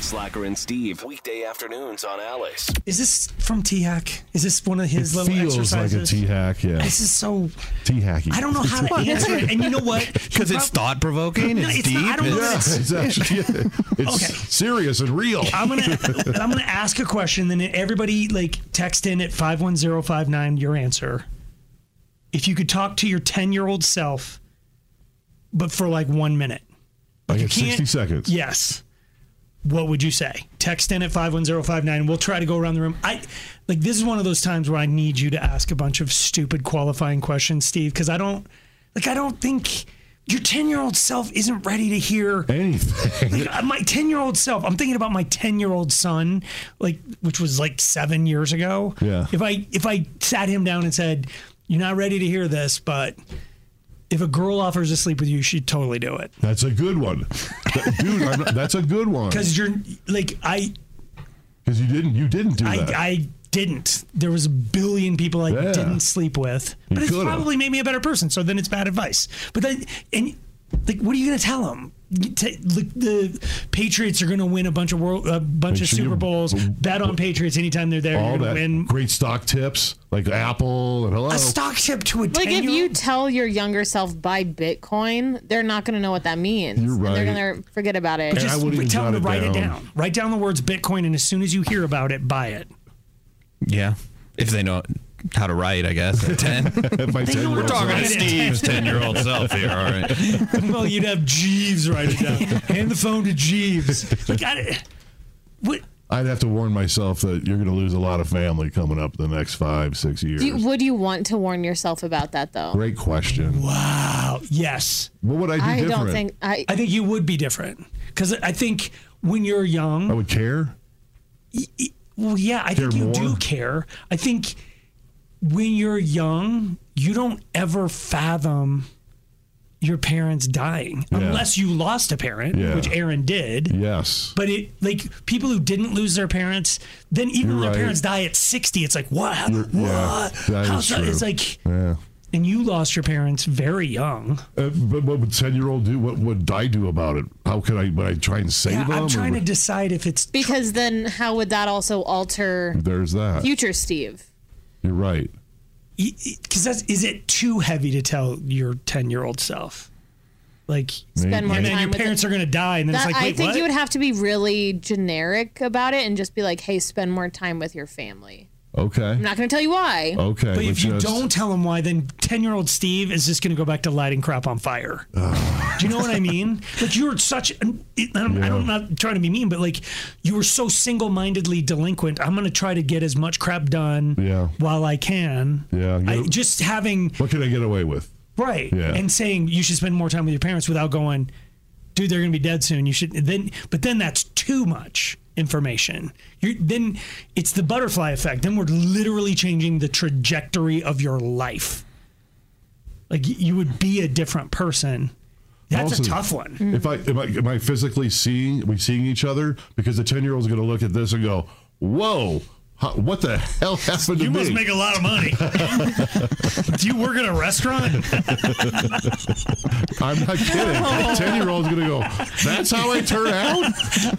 Speaker 2: Slacker and Steve, weekday afternoons on Alice.
Speaker 3: Is this from T Hack? Is this one of his
Speaker 4: it
Speaker 3: little
Speaker 4: feels
Speaker 3: exercises?
Speaker 4: like a T hack, yeah.
Speaker 3: This is so.
Speaker 4: T hacky.
Speaker 3: I don't know how to answer it. And you know what?
Speaker 7: Because it's thought provoking.
Speaker 3: No,
Speaker 7: it's,
Speaker 3: it's
Speaker 7: deep.
Speaker 3: not- I don't know that
Speaker 4: Yeah,
Speaker 3: it's-
Speaker 4: it's actually, yeah, it's
Speaker 3: Okay.
Speaker 4: serious and real.
Speaker 3: I'm gonna I'm gonna ask a question, then everybody like text in at five one zero five nine your answer. If you could talk to your ten year old self, but for like one minute.
Speaker 4: I
Speaker 3: You
Speaker 4: get 60
Speaker 3: can't-
Speaker 4: seconds.
Speaker 3: Yes. What would you say? Text in at 51059. We'll try to go around the room. I like this is one of those times where I need you to ask a bunch of stupid qualifying questions, Steve, because I don't like I don't think your 10-year-old self isn't ready to hear uh,
Speaker 4: anything.
Speaker 3: my 10-year-old self, I'm thinking about my 10-year-old son, like which was like 7 years ago.
Speaker 4: Yeah.
Speaker 3: If I if I sat him down and said, "You're not ready to hear this, but if a girl offers to sleep with you, she'd totally do it."
Speaker 4: That's a good one. That- Dude, I'm not- that's a good one.
Speaker 3: Because you're like I
Speaker 4: Because you didn't, you didn't do
Speaker 3: I,
Speaker 4: that.
Speaker 3: I didn't. There was a billion people I
Speaker 4: Yeah.
Speaker 3: didn't sleep with,
Speaker 4: You
Speaker 3: but it's
Speaker 4: could've.
Speaker 3: probably made me a better person. So then it's bad advice. But then, and like, what are you going to tell them? The, the Patriots are going to win a bunch of world, a bunch
Speaker 4: Make
Speaker 3: of
Speaker 4: sure you-
Speaker 3: Super Bowls. Bet on Patriots anytime they're there.
Speaker 4: All
Speaker 3: You're
Speaker 4: that
Speaker 3: going to win.
Speaker 4: great stock tips like Apple and hello.
Speaker 3: A stock tip to a
Speaker 5: Like if
Speaker 3: 10-year-old?
Speaker 5: you tell your younger self buy Bitcoin, they're not gonna know what that means.
Speaker 4: You're
Speaker 5: And they're
Speaker 4: right.
Speaker 5: gonna forget about it.
Speaker 3: But just tell them to write it down. Write down the words Bitcoin, and as soon as you hear about it, buy it.
Speaker 7: Yeah. If they know how to write, I guess. At 10.
Speaker 4: We're
Speaker 7: talking to Steve's 10 year old self here. All right.
Speaker 3: well, you'd have Jeeves write it down. Hand the phone to Jeeves. Like, I, what?
Speaker 4: I'd have to warn myself that you're going to lose a lot of family coming up in the next five, six years.
Speaker 5: Do you, would you want to warn yourself about that though?
Speaker 4: Great question.
Speaker 3: Wow. Yes.
Speaker 4: What would
Speaker 5: I do I don't different? think- I-
Speaker 3: think you would be different because I think when you're young, I
Speaker 4: would care.
Speaker 3: Well, yeah, I think you do care. I think when you're young, you don't ever fathom your parents dying
Speaker 4: Yeah.
Speaker 3: unless you lost a parent,
Speaker 4: Yeah.
Speaker 3: which Aaron did.
Speaker 4: Yes.
Speaker 3: But it like people who didn't lose their parents, then even
Speaker 4: You're
Speaker 3: when
Speaker 4: right.
Speaker 3: their parents die at sixty, it's like what?
Speaker 4: You're-
Speaker 3: what?
Speaker 4: yeah, that is
Speaker 3: How's that? It's
Speaker 4: true.
Speaker 3: like,
Speaker 4: Yeah.
Speaker 3: and you lost your parents very young.
Speaker 4: Uh, but what would ten year old do? What would I do about it? How could I? Would I try and save
Speaker 5: Yeah, I'm
Speaker 4: them? or
Speaker 5: trying to
Speaker 4: would-
Speaker 3: decide if it's
Speaker 5: Because then how would that also alter
Speaker 4: There's that.
Speaker 5: future Steve?
Speaker 4: You're right.
Speaker 3: because that's is it too heavy to tell your 10 year old self like
Speaker 4: Maybe.
Speaker 5: Spend more
Speaker 3: and then
Speaker 5: time
Speaker 3: your
Speaker 5: with
Speaker 3: parents are going to die and then
Speaker 5: That-
Speaker 3: it's like
Speaker 5: I
Speaker 3: wait
Speaker 5: think
Speaker 3: what
Speaker 5: you would have to be really generic about it and just be like, hey, spend more time with your family.
Speaker 4: Okay.
Speaker 5: I'm not going to tell you why.
Speaker 4: Okay,
Speaker 3: But if
Speaker 4: but
Speaker 3: you
Speaker 4: just-
Speaker 3: don't tell him why, then 10 year old Steve is just going to go back to lighting crap on fire. Do you know what I mean? Like, you were such, an- I don't, I don't, am not trying to be mean, but like, you were so single mindedly delinquent. I'm going to try to get as much crap done
Speaker 4: Yeah.
Speaker 3: while I can.
Speaker 4: Yeah.
Speaker 3: I,
Speaker 4: you-
Speaker 3: just having.
Speaker 4: What can I get away with?
Speaker 3: Right.
Speaker 4: Yeah.
Speaker 3: And saying you should spend more time with your parents without going, dude, they're going to be dead soon. You should then, but then that's too much information. You're, then it's the butterfly effect. Then we're literally changing the trajectory of your life. Like y- you would be a different person. That's
Speaker 4: Also,
Speaker 3: a tough one.
Speaker 4: If I am, I am I physically seeing we seeing each other because the ten year old's going to look at this and go, "Whoa, how, what the hell happened
Speaker 3: You
Speaker 4: to me?"
Speaker 3: must make a lot of money. Do you work at a restaurant?
Speaker 4: I'm not kidding. Ten year old's going to go. That's how I turn out.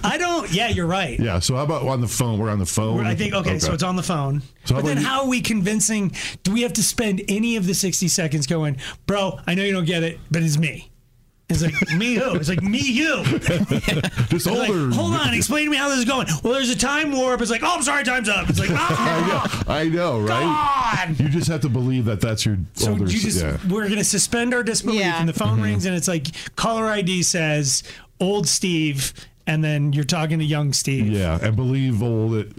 Speaker 3: I don't. Yeah, you're right.
Speaker 4: Yeah. So how about on the phone? We're on the phone.
Speaker 3: I think okay, so it's on the phone.
Speaker 4: So how
Speaker 3: but then
Speaker 4: about you-
Speaker 3: how are we convincing? Do we have to spend any of the sixty seconds going, bro? I know you don't get it, but it's me. It's like me who? It's like me you.
Speaker 4: Just
Speaker 3: It's like,
Speaker 4: older.
Speaker 3: Hold on, explain to me how this is going. Well, there's a time warp. It's like, oh, I'm sorry, time's up. It's like, ah.
Speaker 4: I know, right? You just have to believe that that's your
Speaker 3: So
Speaker 4: older.
Speaker 3: you just
Speaker 4: yeah. Mm-hmm.
Speaker 3: we're gonna suspend our disbelief,
Speaker 5: Yeah.
Speaker 3: and the phone rings, and it's like caller ID says old Steve, and then you're talking to young Steve.
Speaker 4: yeah, and believe all that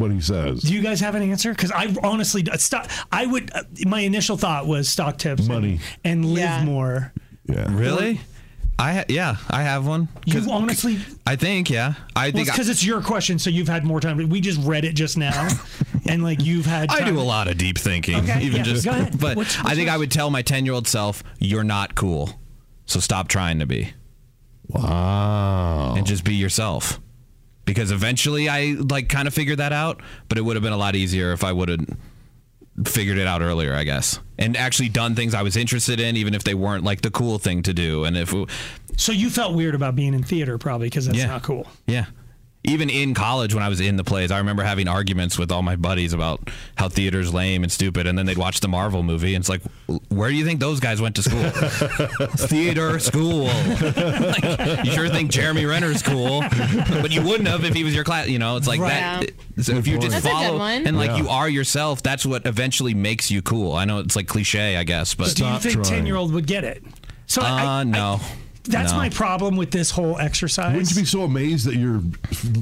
Speaker 4: what he says.
Speaker 3: Do you guys have an answer? Because I honestly stock. I would. uh, my initial thought was stock tips, money, and, live more.
Speaker 4: Yeah.
Speaker 7: Really? I ha- yeah, I have one.
Speaker 3: You honestly,
Speaker 7: I think yeah. I think I-
Speaker 3: because it's your question, so you've had more time. We just read it just now, and like you've had.
Speaker 7: I
Speaker 3: time-
Speaker 7: do a lot of deep thinking,
Speaker 3: Okay,
Speaker 7: even
Speaker 3: yeah,
Speaker 7: just.
Speaker 3: go ahead.
Speaker 7: But
Speaker 3: What's-
Speaker 7: I
Speaker 3: what's
Speaker 7: think I
Speaker 3: yours?
Speaker 7: would tell my ten-year-old self, "You're not cool, so stop trying to be."
Speaker 4: Wow.
Speaker 7: And just be yourself, because eventually I like kind of figured that out. But it would have been a lot easier if I would have figured it out earlier, I guess, and actually done things I was interested in, even if they weren't like the cool thing to do. And if
Speaker 3: So you felt weird about being in theater, probably because that's
Speaker 7: Yeah.
Speaker 3: not cool.
Speaker 7: Yeah. Even in college, when I was in the plays, I remember having arguments with all my buddies about how theater's lame and stupid. And then they'd watch the Marvel movie, and it's like, where do you think those guys went to school? Theater school. like, you sure think Jeremy Renner's cool, but you wouldn't have if he was your class. You know, it's like
Speaker 5: Right.
Speaker 7: that. So if you just
Speaker 5: That's a good
Speaker 7: follow
Speaker 5: one.
Speaker 7: and like
Speaker 5: Yeah.
Speaker 7: you are yourself, that's what eventually makes you cool. I know it's like cliche, I guess, but
Speaker 3: do you think ten year old would get it? So
Speaker 7: uh,
Speaker 3: I, I-
Speaker 7: no.
Speaker 3: that's
Speaker 7: No.
Speaker 3: my problem with this whole exercise.
Speaker 4: Wouldn't you be so amazed that your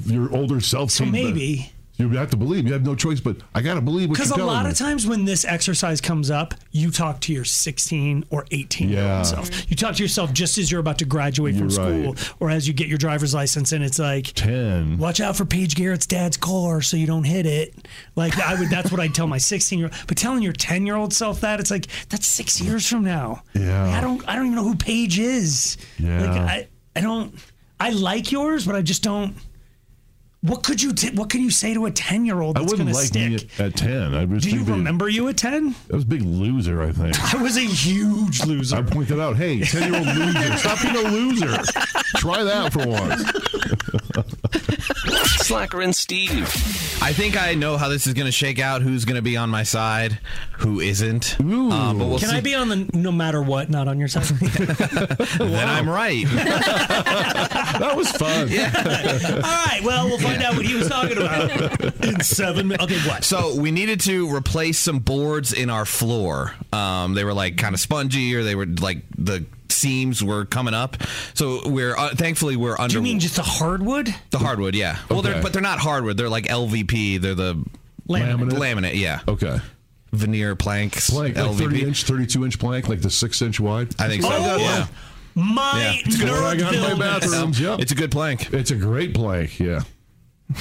Speaker 4: your older self? So
Speaker 3: maybe.
Speaker 4: you have to believe. You have no choice, but I gotta believe what you're
Speaker 3: Because a
Speaker 4: telling
Speaker 3: lot
Speaker 4: me.
Speaker 3: of times when this exercise comes up, you talk to your 16 or 18 year
Speaker 4: Yeah.
Speaker 3: old self. You talk to yourself just as you're about to graduate from
Speaker 4: You're
Speaker 3: school or as you get your driver's license, and it's like,
Speaker 4: 10.
Speaker 3: Watch out for Paige Garrett's dad's car so you don't hit it. Like, I would, that's what I'd tell my 16 year old. But telling your 10 year old self that, it's like, that's six years from now.
Speaker 4: Yeah.
Speaker 3: Like, I don't, I don't even know who Paige is. Like,
Speaker 4: Oh. Yeah.
Speaker 3: I, I don't, I like yours, but I just don't. What could you t- what can you say to a 10 year old
Speaker 4: I
Speaker 3: that's going to
Speaker 4: wouldn't like
Speaker 3: stick?
Speaker 4: me at, at ten. I was
Speaker 3: Do you remember you at ten?
Speaker 4: I was a big loser. I think
Speaker 3: I was a huge loser.
Speaker 4: I pointed out, hey, ten year old loser, stop being a loser. Try that for once.
Speaker 2: Slacker and Steve.
Speaker 7: I think I know how this is going to shake out. Who's going to be on my side? Who isn't? Uh, but we'll
Speaker 3: Can
Speaker 7: see.
Speaker 3: I be on the no matter what, not on your side?
Speaker 7: Then I'm right.
Speaker 4: that was fun.
Speaker 3: All right. Well, we'll find out what he was talking about in seven minutes. Okay, what?
Speaker 7: So we needed to replace some boards in our floor. Um, they were like kind of spongy, or they were like the seams were coming up. So we're uh, thankfully we're under.
Speaker 3: Do you mean just the hardwood?
Speaker 7: the hardwood? Yeah. Well,
Speaker 3: Okay.
Speaker 7: they're but they're not hardwood. They're like LVP. They're the
Speaker 4: Laminate.
Speaker 7: Laminate. Yeah.
Speaker 4: Okay.
Speaker 7: Veneer planks.
Speaker 4: Plank, like
Speaker 7: LVP.
Speaker 4: thirty inch, thirty two inch plank, like the six inch wide.
Speaker 7: I think so.
Speaker 4: Oh,
Speaker 7: yeah.
Speaker 3: My
Speaker 7: Yeah. It's good.
Speaker 4: I got in my
Speaker 7: Nerdville.
Speaker 4: bathrooms. Yep.
Speaker 7: It's a good plank.
Speaker 4: It's a great plank. Yeah.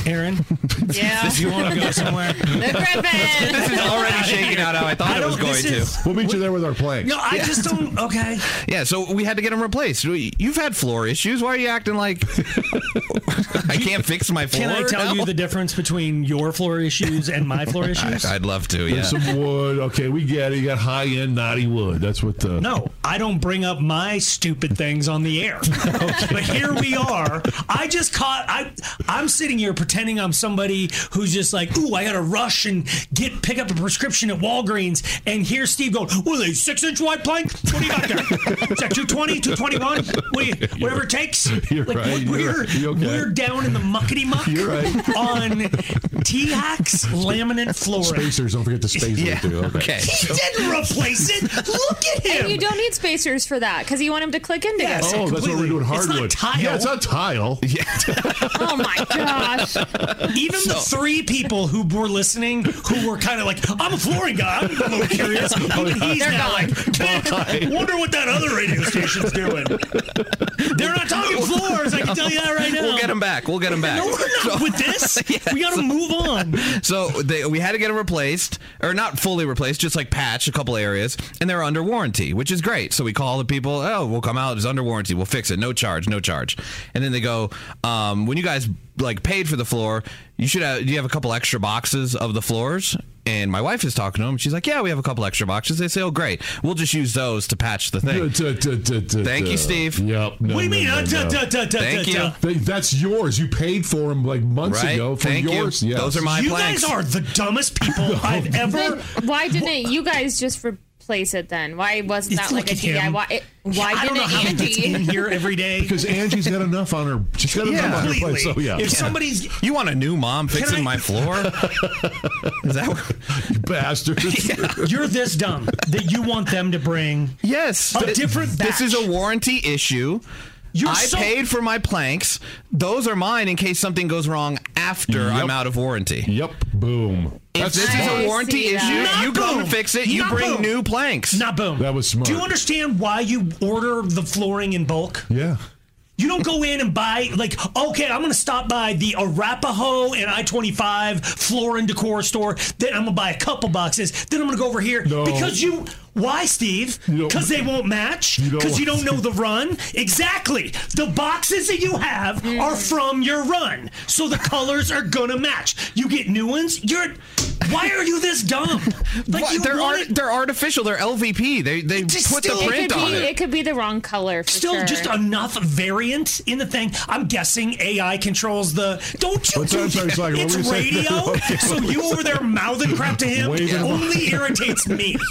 Speaker 3: Aaron.
Speaker 5: Yeah.
Speaker 3: If you want to go somewhere.
Speaker 5: The Griffin.
Speaker 7: This is already shaking out how I thought it was going to.
Speaker 4: We'll meet you there with our plank.
Speaker 3: No, I just don't. Okay.
Speaker 7: Yeah, so we had to get them replaced. We- You've had floor issues. Why are you acting like I can't fix my floor?
Speaker 3: Can I tell
Speaker 7: now?
Speaker 3: you the difference between your floor issues and my floor issues?
Speaker 7: I, would love to. Yeah.
Speaker 4: There's some wood. Okay, we get it. You got high end knotty wood. That's what the
Speaker 3: No, I don't bring up my stupid things on the air. But here we are. I just caught. I I'm sitting here pretending I'm somebody who's just like, ooh, I gotta rush and get pick up a prescription at Walgreens and hear Steve go, what are they, six inch wide plank? What do you got there? Is that 220, 221? What do you- whatever it takes.
Speaker 4: You're
Speaker 3: like
Speaker 4: right,
Speaker 3: we're,
Speaker 4: you're right. You okay?
Speaker 3: we're down in the muckety muck on T Hacks laminate flooring.
Speaker 4: Spacers, don't forget the spacers too. Okay. Oh,
Speaker 3: He didn't replace it. Look at him.
Speaker 5: And you don't need spacers for that because you want them to click in together.
Speaker 4: oh, that's what we're doing. Hardwood. Yeah, it's not tile. Yeah.
Speaker 5: oh my gosh.
Speaker 3: Even the
Speaker 4: So-
Speaker 3: three people who were listening, who were kind of like, "I'm a flooring guy," I'm a little curious. Even he's
Speaker 4: They're
Speaker 3: now
Speaker 4: gone.
Speaker 3: like, "Wonder what that other radio station's doing." They're not talking floors. I can tell you that right now.
Speaker 7: We'll get him back. We'll get him back.
Speaker 3: No, we're not with this. We got to move on.
Speaker 7: So they, we had to get them replaced, or not fully replaced, just like patch a couple areas, and they're under warranty, which is great. So we call the people. Oh, we'll come out. It's under warranty. We'll fix it. No charge. No charge. And then they go, um, when you guys like paid for the floor, you should have. Do you have a couple extra boxes of the floors? And my wife is talking to them. She's like, "Yeah, we have a couple extra boxes." They say, "Oh, great. We'll just use those to patch the thing." Thank you, Steve.
Speaker 4: Yep. No, no,
Speaker 3: uh,
Speaker 4: no, no.
Speaker 7: Thank you.
Speaker 4: They- That's yours. You paid for them like months
Speaker 7: Right.
Speaker 4: ago. From
Speaker 7: Thank you.
Speaker 4: yours. Yes.
Speaker 7: Those are my
Speaker 3: You guys are the dumbest people I've ever.
Speaker 5: Why didn't you guys just replace it then? Why wasn't that like a
Speaker 3: look at him.
Speaker 5: DIY? It- why
Speaker 3: I don't know
Speaker 5: didn't
Speaker 3: how he gets in
Speaker 5: Andy?
Speaker 3: here every day.
Speaker 4: Because Angie's got enough on her. She's got enough on her plate. So yeah.
Speaker 7: Yeah. you want a new mom fixing my floor, is that
Speaker 4: you bastard?
Speaker 3: You're this dumb that you want them to bring
Speaker 7: yes
Speaker 3: a different.
Speaker 7: This is
Speaker 3: batch.
Speaker 7: a warranty issue.
Speaker 3: You're
Speaker 7: I
Speaker 3: so-
Speaker 7: paid for my planks. Those are mine in case something goes wrong after I'm out of warranty.
Speaker 4: Yep. Boom.
Speaker 7: If this is a warranty issue, you go and fix it. You bring new planks.
Speaker 3: Not boom.
Speaker 4: That was smart.
Speaker 3: Do you understand why you order the flooring in bulk?
Speaker 4: Yeah.
Speaker 3: You don't go in and buy like, okay, I'm gonna stop by the Arapaho and I-25 floor and decor store. Then I'm gonna buy a couple boxes. Then I'm gonna go over here because you. Why, Steve? Because they won't match.
Speaker 4: don't
Speaker 3: Because you
Speaker 4: want
Speaker 3: don't know the run. Exactly. The boxes that you have are from your run, so the colors are gonna match. You get new ones. You're. Why are you this dumb? Like
Speaker 7: What?
Speaker 3: you
Speaker 7: They're
Speaker 3: want
Speaker 7: art- they're artificial. They're LVP. They they
Speaker 3: Just
Speaker 7: put
Speaker 3: still-
Speaker 7: the
Speaker 3: It
Speaker 7: print
Speaker 3: could
Speaker 7: on
Speaker 3: be-
Speaker 7: it.
Speaker 5: It could be the wrong color. For
Speaker 3: still
Speaker 5: sure.
Speaker 3: just enough variant in the thing. I'm guessing AI controls the. Don't you?
Speaker 4: What's that?
Speaker 3: do
Speaker 4: I'm sorry,
Speaker 3: that.
Speaker 4: sorry, what were
Speaker 3: it's
Speaker 4: you saying?
Speaker 3: radio,
Speaker 4: Okay,
Speaker 3: so
Speaker 4: what were
Speaker 3: you
Speaker 4: you
Speaker 3: over there
Speaker 4: saying?
Speaker 3: mouthing crap to him
Speaker 4: Waving my-
Speaker 3: only irritates me.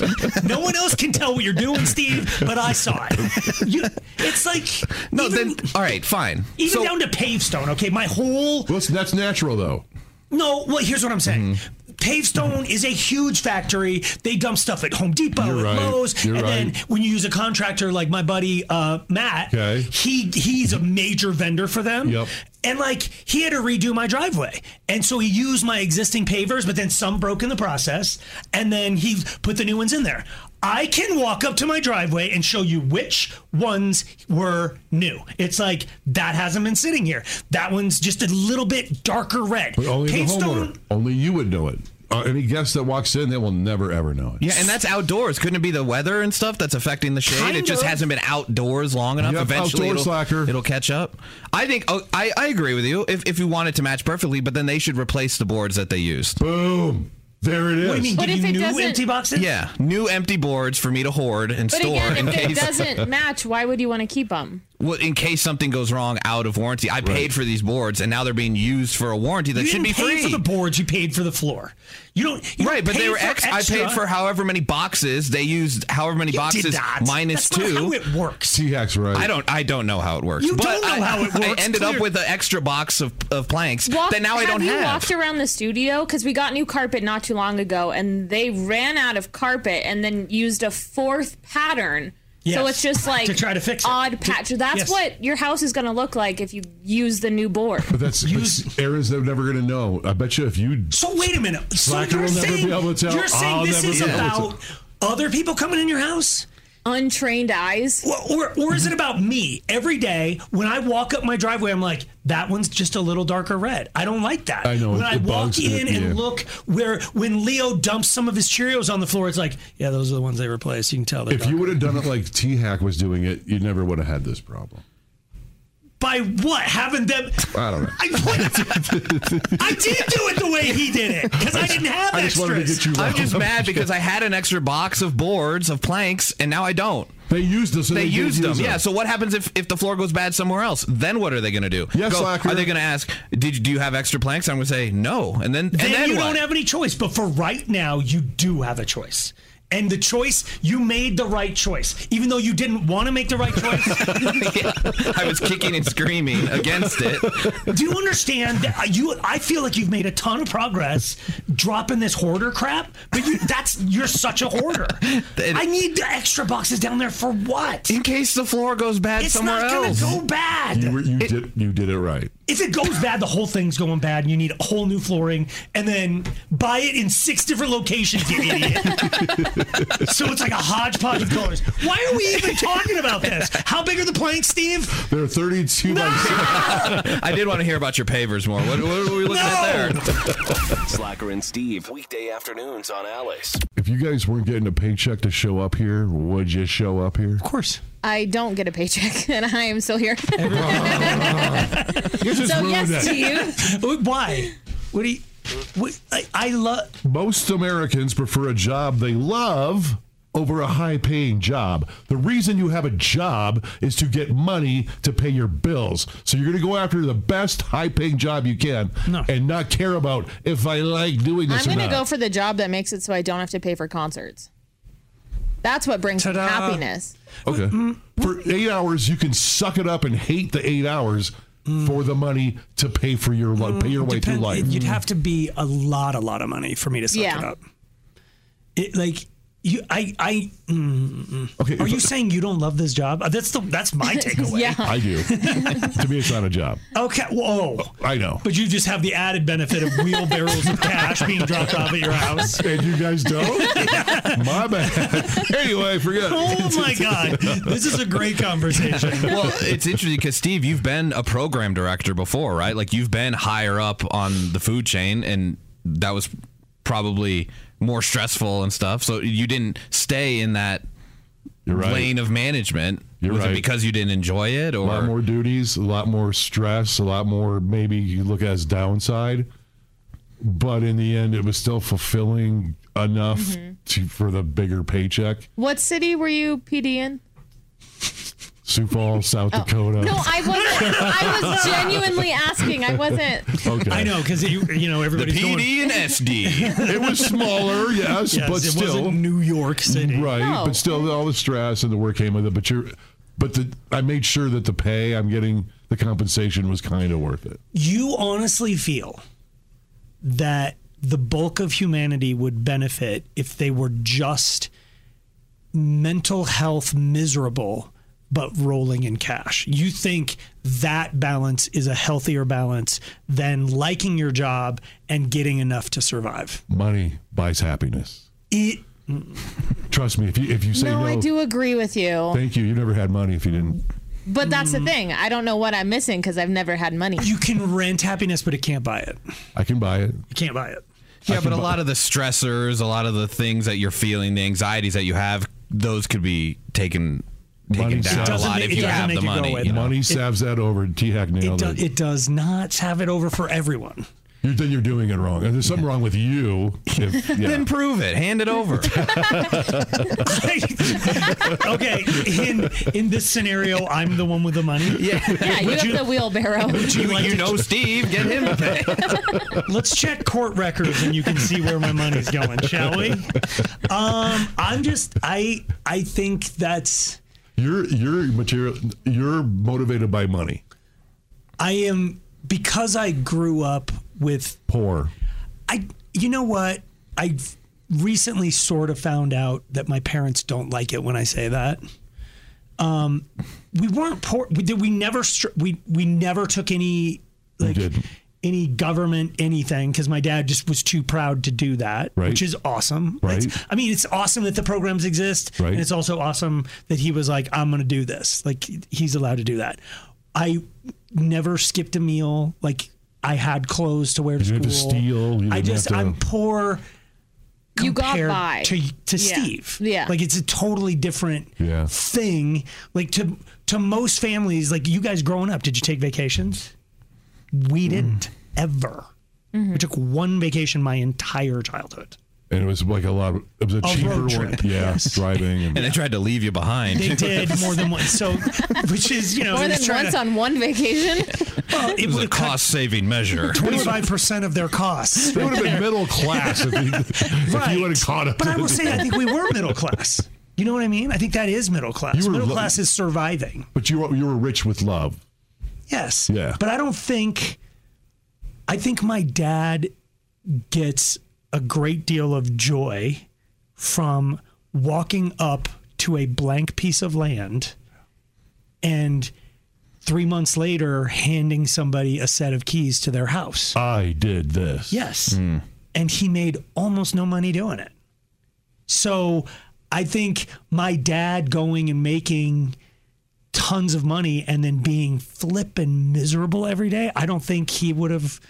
Speaker 3: No one else can tell what you're doing, Steve, but I saw it. You, it's like
Speaker 7: no, then all right, fine.
Speaker 3: even down to pavestone. Okay, my whole
Speaker 4: that's natural though. Mm-hmm.
Speaker 3: No, well, here's what I'm saying. Pavestone is a huge factory. They dump stuff at Home Depot,
Speaker 4: You're
Speaker 3: at
Speaker 4: right.
Speaker 3: Lowe's,
Speaker 4: You're
Speaker 3: and
Speaker 4: right.
Speaker 3: then when you use a contractor like my buddy uh, Matt, he he's a major vendor for them. Yep. And like he had to redo my driveway, and so he used my existing pavers, but then some broke in the process, and then he put the new ones in there. I can walk up to my driveway and show you which ones were new. It's like that hasn't been sitting here. That one's just a little bit darker red.
Speaker 4: But only the
Speaker 3: Pavestone
Speaker 4: homeowner. Only you would know it. Uh, any guest that walks in, they will never ever know it.
Speaker 7: Yeah, and that's outdoors. Couldn't it be the weather and stuff that's affecting the shade?
Speaker 4: Kind
Speaker 7: it just
Speaker 4: of.
Speaker 7: hasn't been outdoors long enough.
Speaker 4: Yep,
Speaker 7: Eventually,
Speaker 4: outdoor
Speaker 7: it'll, it'll catch up. I think oh, I, I agree with you. If, if you want it to match perfectly, but then they should replace the boards that they used.
Speaker 4: Boom. There it is.
Speaker 3: What do you mean, But give if you it new doesn't- empty boxes?
Speaker 7: Yeah, new empty boards for me to hoard and
Speaker 5: But
Speaker 7: store
Speaker 5: again,
Speaker 7: in
Speaker 5: if
Speaker 7: case
Speaker 5: it doesn't match, why would you want to keep them?
Speaker 7: Well, in case something goes wrong out of warranty, I paid for these boards and now they're being used for a warranty that
Speaker 3: you
Speaker 7: should
Speaker 3: didn't
Speaker 7: be
Speaker 3: pay
Speaker 7: free.
Speaker 3: for the boards. You paid for the floor. You don't. You don't
Speaker 7: right, but
Speaker 3: pay
Speaker 7: they were
Speaker 3: for
Speaker 7: ex- I
Speaker 3: extra.
Speaker 7: paid for however many boxes they used, however many
Speaker 3: You did
Speaker 7: boxes
Speaker 3: not.
Speaker 7: minus
Speaker 3: That's not
Speaker 7: two.
Speaker 3: how it works.
Speaker 4: T-Hacks, right?
Speaker 7: I don't. I don't know how it works.
Speaker 3: You
Speaker 7: but
Speaker 3: don't know
Speaker 7: I,
Speaker 3: how it
Speaker 7: I
Speaker 3: works,
Speaker 7: ended up
Speaker 3: clear.
Speaker 7: with an extra box of, of planks
Speaker 5: Walk-
Speaker 7: that now I don't
Speaker 5: you
Speaker 7: have.
Speaker 5: walked around the studio because we got new carpet not too long ago, and they ran out of carpet and then used a fourth pattern. So
Speaker 3: Yes.
Speaker 5: it's just like
Speaker 3: To try to fix it.
Speaker 5: odd patch. That's
Speaker 3: yes.
Speaker 5: what your house is going to look like if you use the new board.
Speaker 4: But that's but areas they're never going to know. I bet you if you.
Speaker 3: So wait a minute. So
Speaker 4: Slacker
Speaker 3: you're
Speaker 4: will never
Speaker 3: saying,
Speaker 4: be able to tell.
Speaker 3: you're saying
Speaker 4: I'll
Speaker 3: this
Speaker 4: never
Speaker 3: is
Speaker 4: be able to.
Speaker 3: about other people coming in your house?
Speaker 5: Untrained eyes.
Speaker 3: Or, or, or is it about me? Every day when I walk up my driveway, I'm like, that one's just a little darker red. I don't like that.
Speaker 4: I know,
Speaker 3: When
Speaker 4: it
Speaker 3: I walk
Speaker 4: bugs it,
Speaker 3: in
Speaker 4: yeah.
Speaker 3: and look where, when Leo dumps some of his Cheerios on the floor, it's like, yeah, those are the ones they replaced. You can tell they're
Speaker 4: If you would have done it like T Hack was doing it, you never would have had this problem.
Speaker 3: By what? Having them.
Speaker 4: I don't know.
Speaker 3: I, what? I did do it the way he did it because I didn't have
Speaker 4: I just wanted to
Speaker 3: extras.
Speaker 4: get you
Speaker 7: I'm just mad because I had an extra box of boards of planks and now I don't.
Speaker 4: They used us. And
Speaker 7: They
Speaker 4: did
Speaker 7: used them.
Speaker 4: use
Speaker 7: Yeah.
Speaker 4: us.
Speaker 7: So what happens if, if the floor goes bad somewhere else? Then what are they going to do?
Speaker 4: Yes,
Speaker 7: Go-
Speaker 4: Locker.
Speaker 7: Are they going to ask, "Did you, do you have extra planks?" I'm going to say no, and then and
Speaker 3: then,
Speaker 7: then
Speaker 3: you
Speaker 7: what?
Speaker 3: don't have any choice. But for right now, you do have a choice. And the choice, you made the right choice. Even though you didn't want to make the right choice.
Speaker 7: I was kicking and screaming against it.
Speaker 3: do you understand that uh, you I feel like you've made a ton of progress dropping this hoarder crap, but you that's you're such a hoarder. I need the extra boxes down there for what? In
Speaker 7: case the floor goes bad
Speaker 3: it's
Speaker 7: somewhere
Speaker 3: not gonna
Speaker 7: else.
Speaker 3: go bad.
Speaker 4: You, were- you did. You did it right.
Speaker 3: If it goes bad, the whole thing's going bad, and you need a whole new flooring, and then buy it in six different locations, you idiot. so it's like a hodgepodge of colors. Why are we even talking about this? How big are the planks, Steve?
Speaker 4: They're thirty-two.
Speaker 7: I did want to hear about your pavers more. What, what were we looking at there?
Speaker 2: Slacker and Steve, weekday afternoons on Alice.
Speaker 4: If you guys weren't getting a paycheck to show up here, would you show up here? Of
Speaker 3: course.
Speaker 5: I don't get a paycheck, and I am still here.
Speaker 4: just
Speaker 5: so
Speaker 4: ruined
Speaker 5: yes
Speaker 4: it.
Speaker 5: to you.
Speaker 3: Why? What do you? What, I, I love.
Speaker 4: Most Americans prefer a job they love over a high-paying job. The reason you have a job is to get money to pay your bills. So you're going to go after the best high-paying job you can, and not care about if I like doing
Speaker 5: I'm
Speaker 4: this
Speaker 5: going
Speaker 4: or
Speaker 5: to
Speaker 4: not.
Speaker 5: go for the job that makes it so I don't have to pay for concerts. That's what brings
Speaker 4: Ta-da.
Speaker 5: happiness.
Speaker 4: Okay.
Speaker 3: Mm-hmm.
Speaker 4: For eight hours, you can suck it up and hate the eight hours for the money to pay for your life, pay your way through
Speaker 3: Mm. Depend-
Speaker 4: life.
Speaker 3: You'd have to be a lot, a lot of money for me to suck
Speaker 5: Yeah.
Speaker 3: it up. It, like you, I, I. Mm, mm.
Speaker 4: Okay,
Speaker 3: Are
Speaker 4: if-
Speaker 3: you saying you don't love this job? Uh, That's the that's my takeaway.
Speaker 5: Yeah.
Speaker 4: I do. to me, it's not a job.
Speaker 3: Okay. Whoa.
Speaker 4: I know.
Speaker 3: But you just have the added benefit of wheelbarrows of cash being dropped off at your house.
Speaker 4: And you guys don't? My bad. Anyway, forget. it.
Speaker 3: Oh my God. This is a great conversation.
Speaker 7: well, it's interesting because Steve, you've been a program director before, right? Like you've been higher up on the food chain, and that was probably more stressful and stuff. So you didn't stay in that
Speaker 4: right.
Speaker 7: lane of management.
Speaker 4: You're
Speaker 7: was
Speaker 4: right.
Speaker 7: it because you didn't enjoy it,
Speaker 4: A lot
Speaker 7: or
Speaker 4: more duties, a lot more stress, a lot more maybe you look at as downside. But in the end, it was still fulfilling enough
Speaker 5: Mm-hmm.
Speaker 4: to, for the bigger paycheck.
Speaker 5: What city were you PD in?
Speaker 4: Sioux Falls, South Dakota.
Speaker 5: Oh. No, I wasn't. I was genuinely asking. I wasn't.
Speaker 4: Okay.
Speaker 3: I know because you you know everybody's going-
Speaker 4: it was smaller, yes,
Speaker 3: Yes,
Speaker 4: but
Speaker 3: it
Speaker 4: still
Speaker 3: wasn't New York City,
Speaker 4: right?
Speaker 3: No.
Speaker 4: But still, all the stress and the work came with it. But you're, but the, I made sure that the pay I'm getting, the compensation was kind of worth it.
Speaker 3: you honestly feel that the bulk of humanity would benefit if they were just mental health miserable but rolling in cash. You think that balance is a healthier balance than liking your job and getting enough to survive.
Speaker 4: Money buys happiness.
Speaker 3: It
Speaker 4: Trust me, if you if you say
Speaker 5: No,
Speaker 4: no,
Speaker 5: I do agree with you.
Speaker 4: Thank you. You never had money if you didn't.
Speaker 5: But that's the thing. I don't know what I'm missing because I've never had money.
Speaker 3: You can rent happiness, but it can't buy it.
Speaker 4: I can buy it.
Speaker 3: You can't buy it.
Speaker 7: yeah, but a lot of the stressors, a lot of the things that you're feeling, the anxieties that you have, those could be taken taken
Speaker 4: Money
Speaker 7: down a
Speaker 4: saves-
Speaker 7: lot if you have the money. you know?
Speaker 4: money salves that over. T Hack
Speaker 3: It,
Speaker 4: nailed
Speaker 3: do,
Speaker 4: it.
Speaker 3: it does not have it over for everyone.
Speaker 4: You're, then you're doing it wrong. And there's something wrong with you. If, yeah.
Speaker 7: Then prove it. Hand it over.
Speaker 3: okay, in in this scenario, I'm the one with the money. Yeah,
Speaker 5: Yeah, you have the wheelbarrow.
Speaker 7: You- you know Steve, get him a pay.
Speaker 3: Let's check court records and you can see where my money's going, shall we? Um, I'm just I I think that's
Speaker 4: You're you're material. You're motivated by money.
Speaker 3: I am because I grew up with
Speaker 4: poor.
Speaker 3: I you know what? I recently sort of found out that my parents don't like it when I say that. Um, we weren't poor. We, did we never str- we we never took any like any government anything because my dad just was too proud to do that,
Speaker 4: Right.
Speaker 3: which is awesome.
Speaker 4: Right.
Speaker 3: It's- I mean, it's awesome that the programs exist,
Speaker 4: Right.
Speaker 3: and it's also awesome that he was like, "I'm going to do this." Like he's allowed to do that. I never skipped a meal. Like I had clothes to wear to
Speaker 4: You didn't have to
Speaker 3: school.
Speaker 4: steal. You
Speaker 3: I
Speaker 4: didn't have
Speaker 3: just
Speaker 4: to-
Speaker 3: I'm poor.
Speaker 5: You got
Speaker 3: compared
Speaker 5: by.
Speaker 3: to to
Speaker 5: Yeah.
Speaker 3: Steve.
Speaker 5: Yeah.
Speaker 3: like it's a totally different
Speaker 4: Yeah.
Speaker 3: thing. Like to to most families, like you guys growing up, did you take vacations?
Speaker 4: Mm.
Speaker 5: Mm-hmm.
Speaker 3: We didn't ever. We took one vacation my entire childhood.
Speaker 4: and it was like a lot. Of, it was a,
Speaker 3: A
Speaker 4: cheaper
Speaker 3: road
Speaker 4: one.
Speaker 3: trip,
Speaker 4: Yeah, driving, and,
Speaker 7: they tried to leave you behind.
Speaker 3: They did more than once. So, which is you know
Speaker 5: More
Speaker 3: they're
Speaker 5: than
Speaker 3: trying
Speaker 5: once
Speaker 3: to-
Speaker 5: on one vacation.
Speaker 3: Well, it
Speaker 7: was a cost saving measure.
Speaker 3: Twenty-five percent of their costs.
Speaker 4: They would have been middle class if, you- if
Speaker 3: Right.
Speaker 4: you would have caught up.
Speaker 3: But
Speaker 4: to
Speaker 3: I
Speaker 4: the
Speaker 3: will say, I
Speaker 4: deal.
Speaker 3: think we were middle class. You know what I mean? I think that is middle class.
Speaker 4: were
Speaker 3: Middle
Speaker 4: lo-
Speaker 3: class is surviving.
Speaker 4: But you were, you were rich with love.
Speaker 3: Yes.
Speaker 4: Yeah.
Speaker 3: But I don't think. I think my dad gets a great deal of joy from walking up to a blank piece of land and three months later handing somebody a set of keys to their house.
Speaker 4: I did this.
Speaker 3: Yes.
Speaker 7: Hmm.
Speaker 3: And he made almost no money doing it. So I think my dad going and making tons of money and then being flippin' miserable every day, I don't think he would have.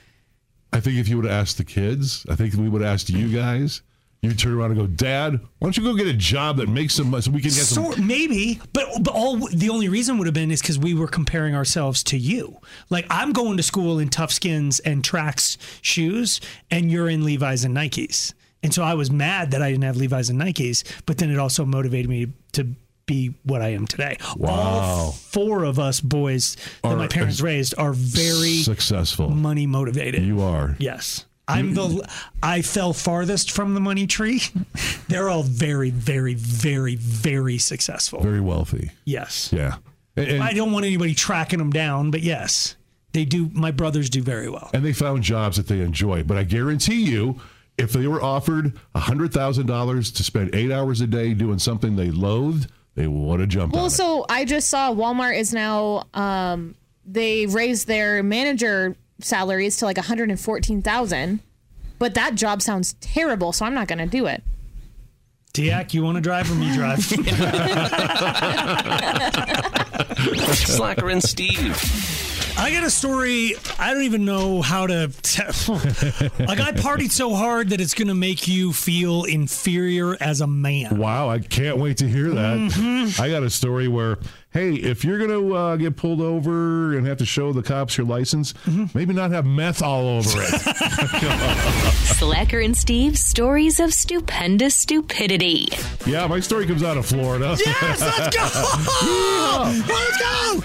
Speaker 4: I think if you would have asked the kids, I think we would have asked you guys. You turn around and go, Dad, why don't you go get a job that makes some money so we can get some?
Speaker 3: Sort, maybe, but, but all the only reason would have been is because we were comparing ourselves to you. Like I'm going to school in tough skins and tracks shoes, and you're in Levi's and Nikes. And so I was mad that I didn't have Levi's and Nikes, but then it also motivated me to be what I am today. All
Speaker 4: Wow.
Speaker 3: four of us boys that my
Speaker 4: Are-
Speaker 3: parents raised are very
Speaker 4: successful,
Speaker 3: money motivated.
Speaker 4: You are.
Speaker 3: Yes. I'm the I fell farthest from the money tree. They're all very, very, very, very successful.
Speaker 4: Very wealthy.
Speaker 3: Yes.
Speaker 4: Yeah. And, and-
Speaker 3: I don't want anybody tracking them down, but yes, they do. My brothers do very well.
Speaker 4: and they found jobs that they enjoy. But I guarantee you, if they were offered $100,000 to spend eight hours a day doing something they loathed, they would have jumped on
Speaker 5: Well,
Speaker 4: it.
Speaker 5: so I just saw Walmart is now um, they raised their manager salaries to like 114,000. But that job sounds terrible, so I'm not going to do it.
Speaker 3: Diak, you want to drive or me drive?
Speaker 2: Slacker and Steve.
Speaker 3: I got a story. I don't even know how to. Tell. Like I partied so hard that it's going to make you feel inferior as a man.
Speaker 4: Wow, I can't wait to hear that.
Speaker 3: Mm-hmm.
Speaker 4: I got a story where, hey, if you're going to uh, get pulled over and have to show the cops your license,
Speaker 3: Mm-hmm.
Speaker 4: maybe not have meth all over it.
Speaker 6: Slacker and Steve's stories of stupendous stupidity.
Speaker 4: yeah, my story comes out of Florida.
Speaker 6: Yes, let's go!
Speaker 4: Yeehaw!
Speaker 3: Let's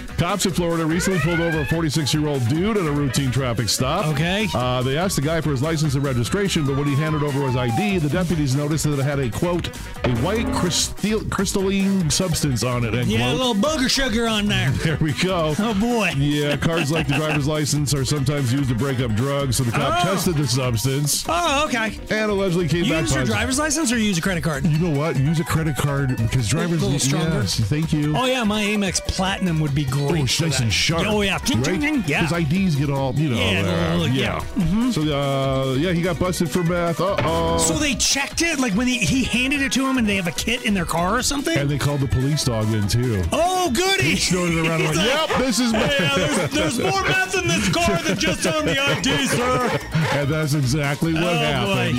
Speaker 3: go!
Speaker 4: Cops in Florida recently pulled over a 46 year old dude at a routine traffic stop.
Speaker 3: Okay.
Speaker 4: Uh, they asked the guy for his license and registration, but when he handed over his ID, the deputies noticed that it had a quote, a white crystal- crystalline substance on it. End
Speaker 3: Yeah, a little
Speaker 4: quote.
Speaker 3: booger sugar on there.
Speaker 4: There we go.
Speaker 3: Oh boy.
Speaker 4: Yeah, cards like the driver's license are sometimes used to break up drugs, so the cop
Speaker 3: Oh.
Speaker 4: tested the substance.
Speaker 3: Oh, okay.
Speaker 4: And allegedly came back
Speaker 3: Use your
Speaker 4: positive.
Speaker 3: driver's license or use a credit card?
Speaker 4: You know what? Use a credit card because drivers
Speaker 3: a little stronger.
Speaker 4: Yes, thank you.
Speaker 3: Oh yeah, my Amex Platinum would be great.
Speaker 4: Oh, it's
Speaker 3: for
Speaker 4: nice
Speaker 3: that.
Speaker 4: and sharp.
Speaker 3: Oh yeah, Ding, ding, ding. yeah.
Speaker 4: Because IDs get all, you know.
Speaker 3: Yeah,
Speaker 4: uh,
Speaker 3: look,
Speaker 4: yeah. So, uh, yeah, he got busted for meth. Uh oh.
Speaker 3: So they checked it, like when he, he handed it to him, and they have a kit in their car or something.
Speaker 4: and they called the police dog in, too.
Speaker 3: oh goody!
Speaker 4: He snorted around.
Speaker 3: He's
Speaker 4: Like,
Speaker 3: like,
Speaker 4: yep, this is meth.
Speaker 3: Yeah, there's, there's more meth in this car than just on the ID, sir.
Speaker 4: And that's exactly what
Speaker 3: Oh, boy.
Speaker 4: happened.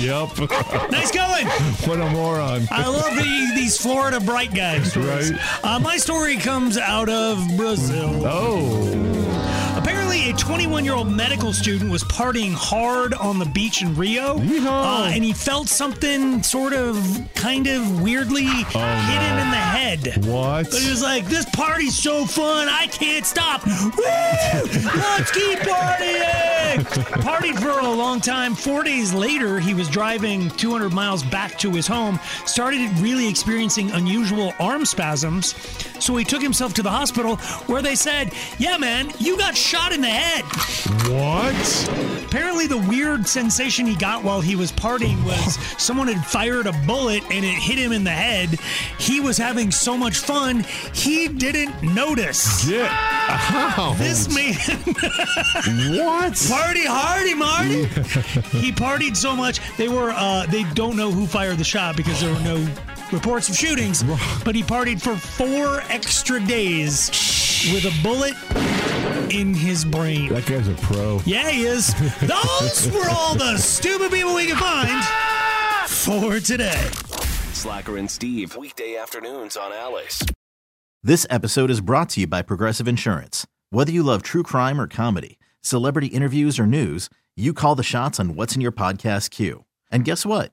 Speaker 4: Yep.
Speaker 3: Nice going.
Speaker 4: what a moron.
Speaker 3: I love the, these Florida bright guys.
Speaker 4: Right.
Speaker 3: Uh, my story comes out of Brazil.
Speaker 4: Oh.
Speaker 3: Apparently, a 21 year old medical student was partying hard on the beach in Rio. Uh, and he felt something sort of, kind of
Speaker 4: Oh,
Speaker 3: weirdly hit him in the head.
Speaker 4: What?
Speaker 3: But he was like, this party's so fun, I can't stop. Woo! Let's keep partying! Partied for a long time. Four days later, he was driving 200 miles back to his home, started really experiencing unusual arm spasms. So he took himself to the hospital where they said, Yeah, man, you got shot in the head.
Speaker 4: What?
Speaker 3: Apparently, the weird sensation he got while he was partying was someone had fired a bullet and it hit him in the head. He was having so much fun, he didn't notice.
Speaker 4: Yeah.
Speaker 3: This man
Speaker 4: What?
Speaker 3: Party hardy, Marty. he partied so much they were uh, they don't know who fired the shot because there were no reports of shootings. But he partied for four extra days with a bullet in his brain.
Speaker 4: That guy's a pro.
Speaker 3: Yeah, he is. Those were all the stupid people we could find for today.
Speaker 2: Slacker and Steve. Weekday afternoons on Alice.
Speaker 1: This episode is brought to you by Progressive Insurance. Whether you love true crime or comedy, celebrity interviews or news, you call the shots on what's in your podcast queue. And guess what?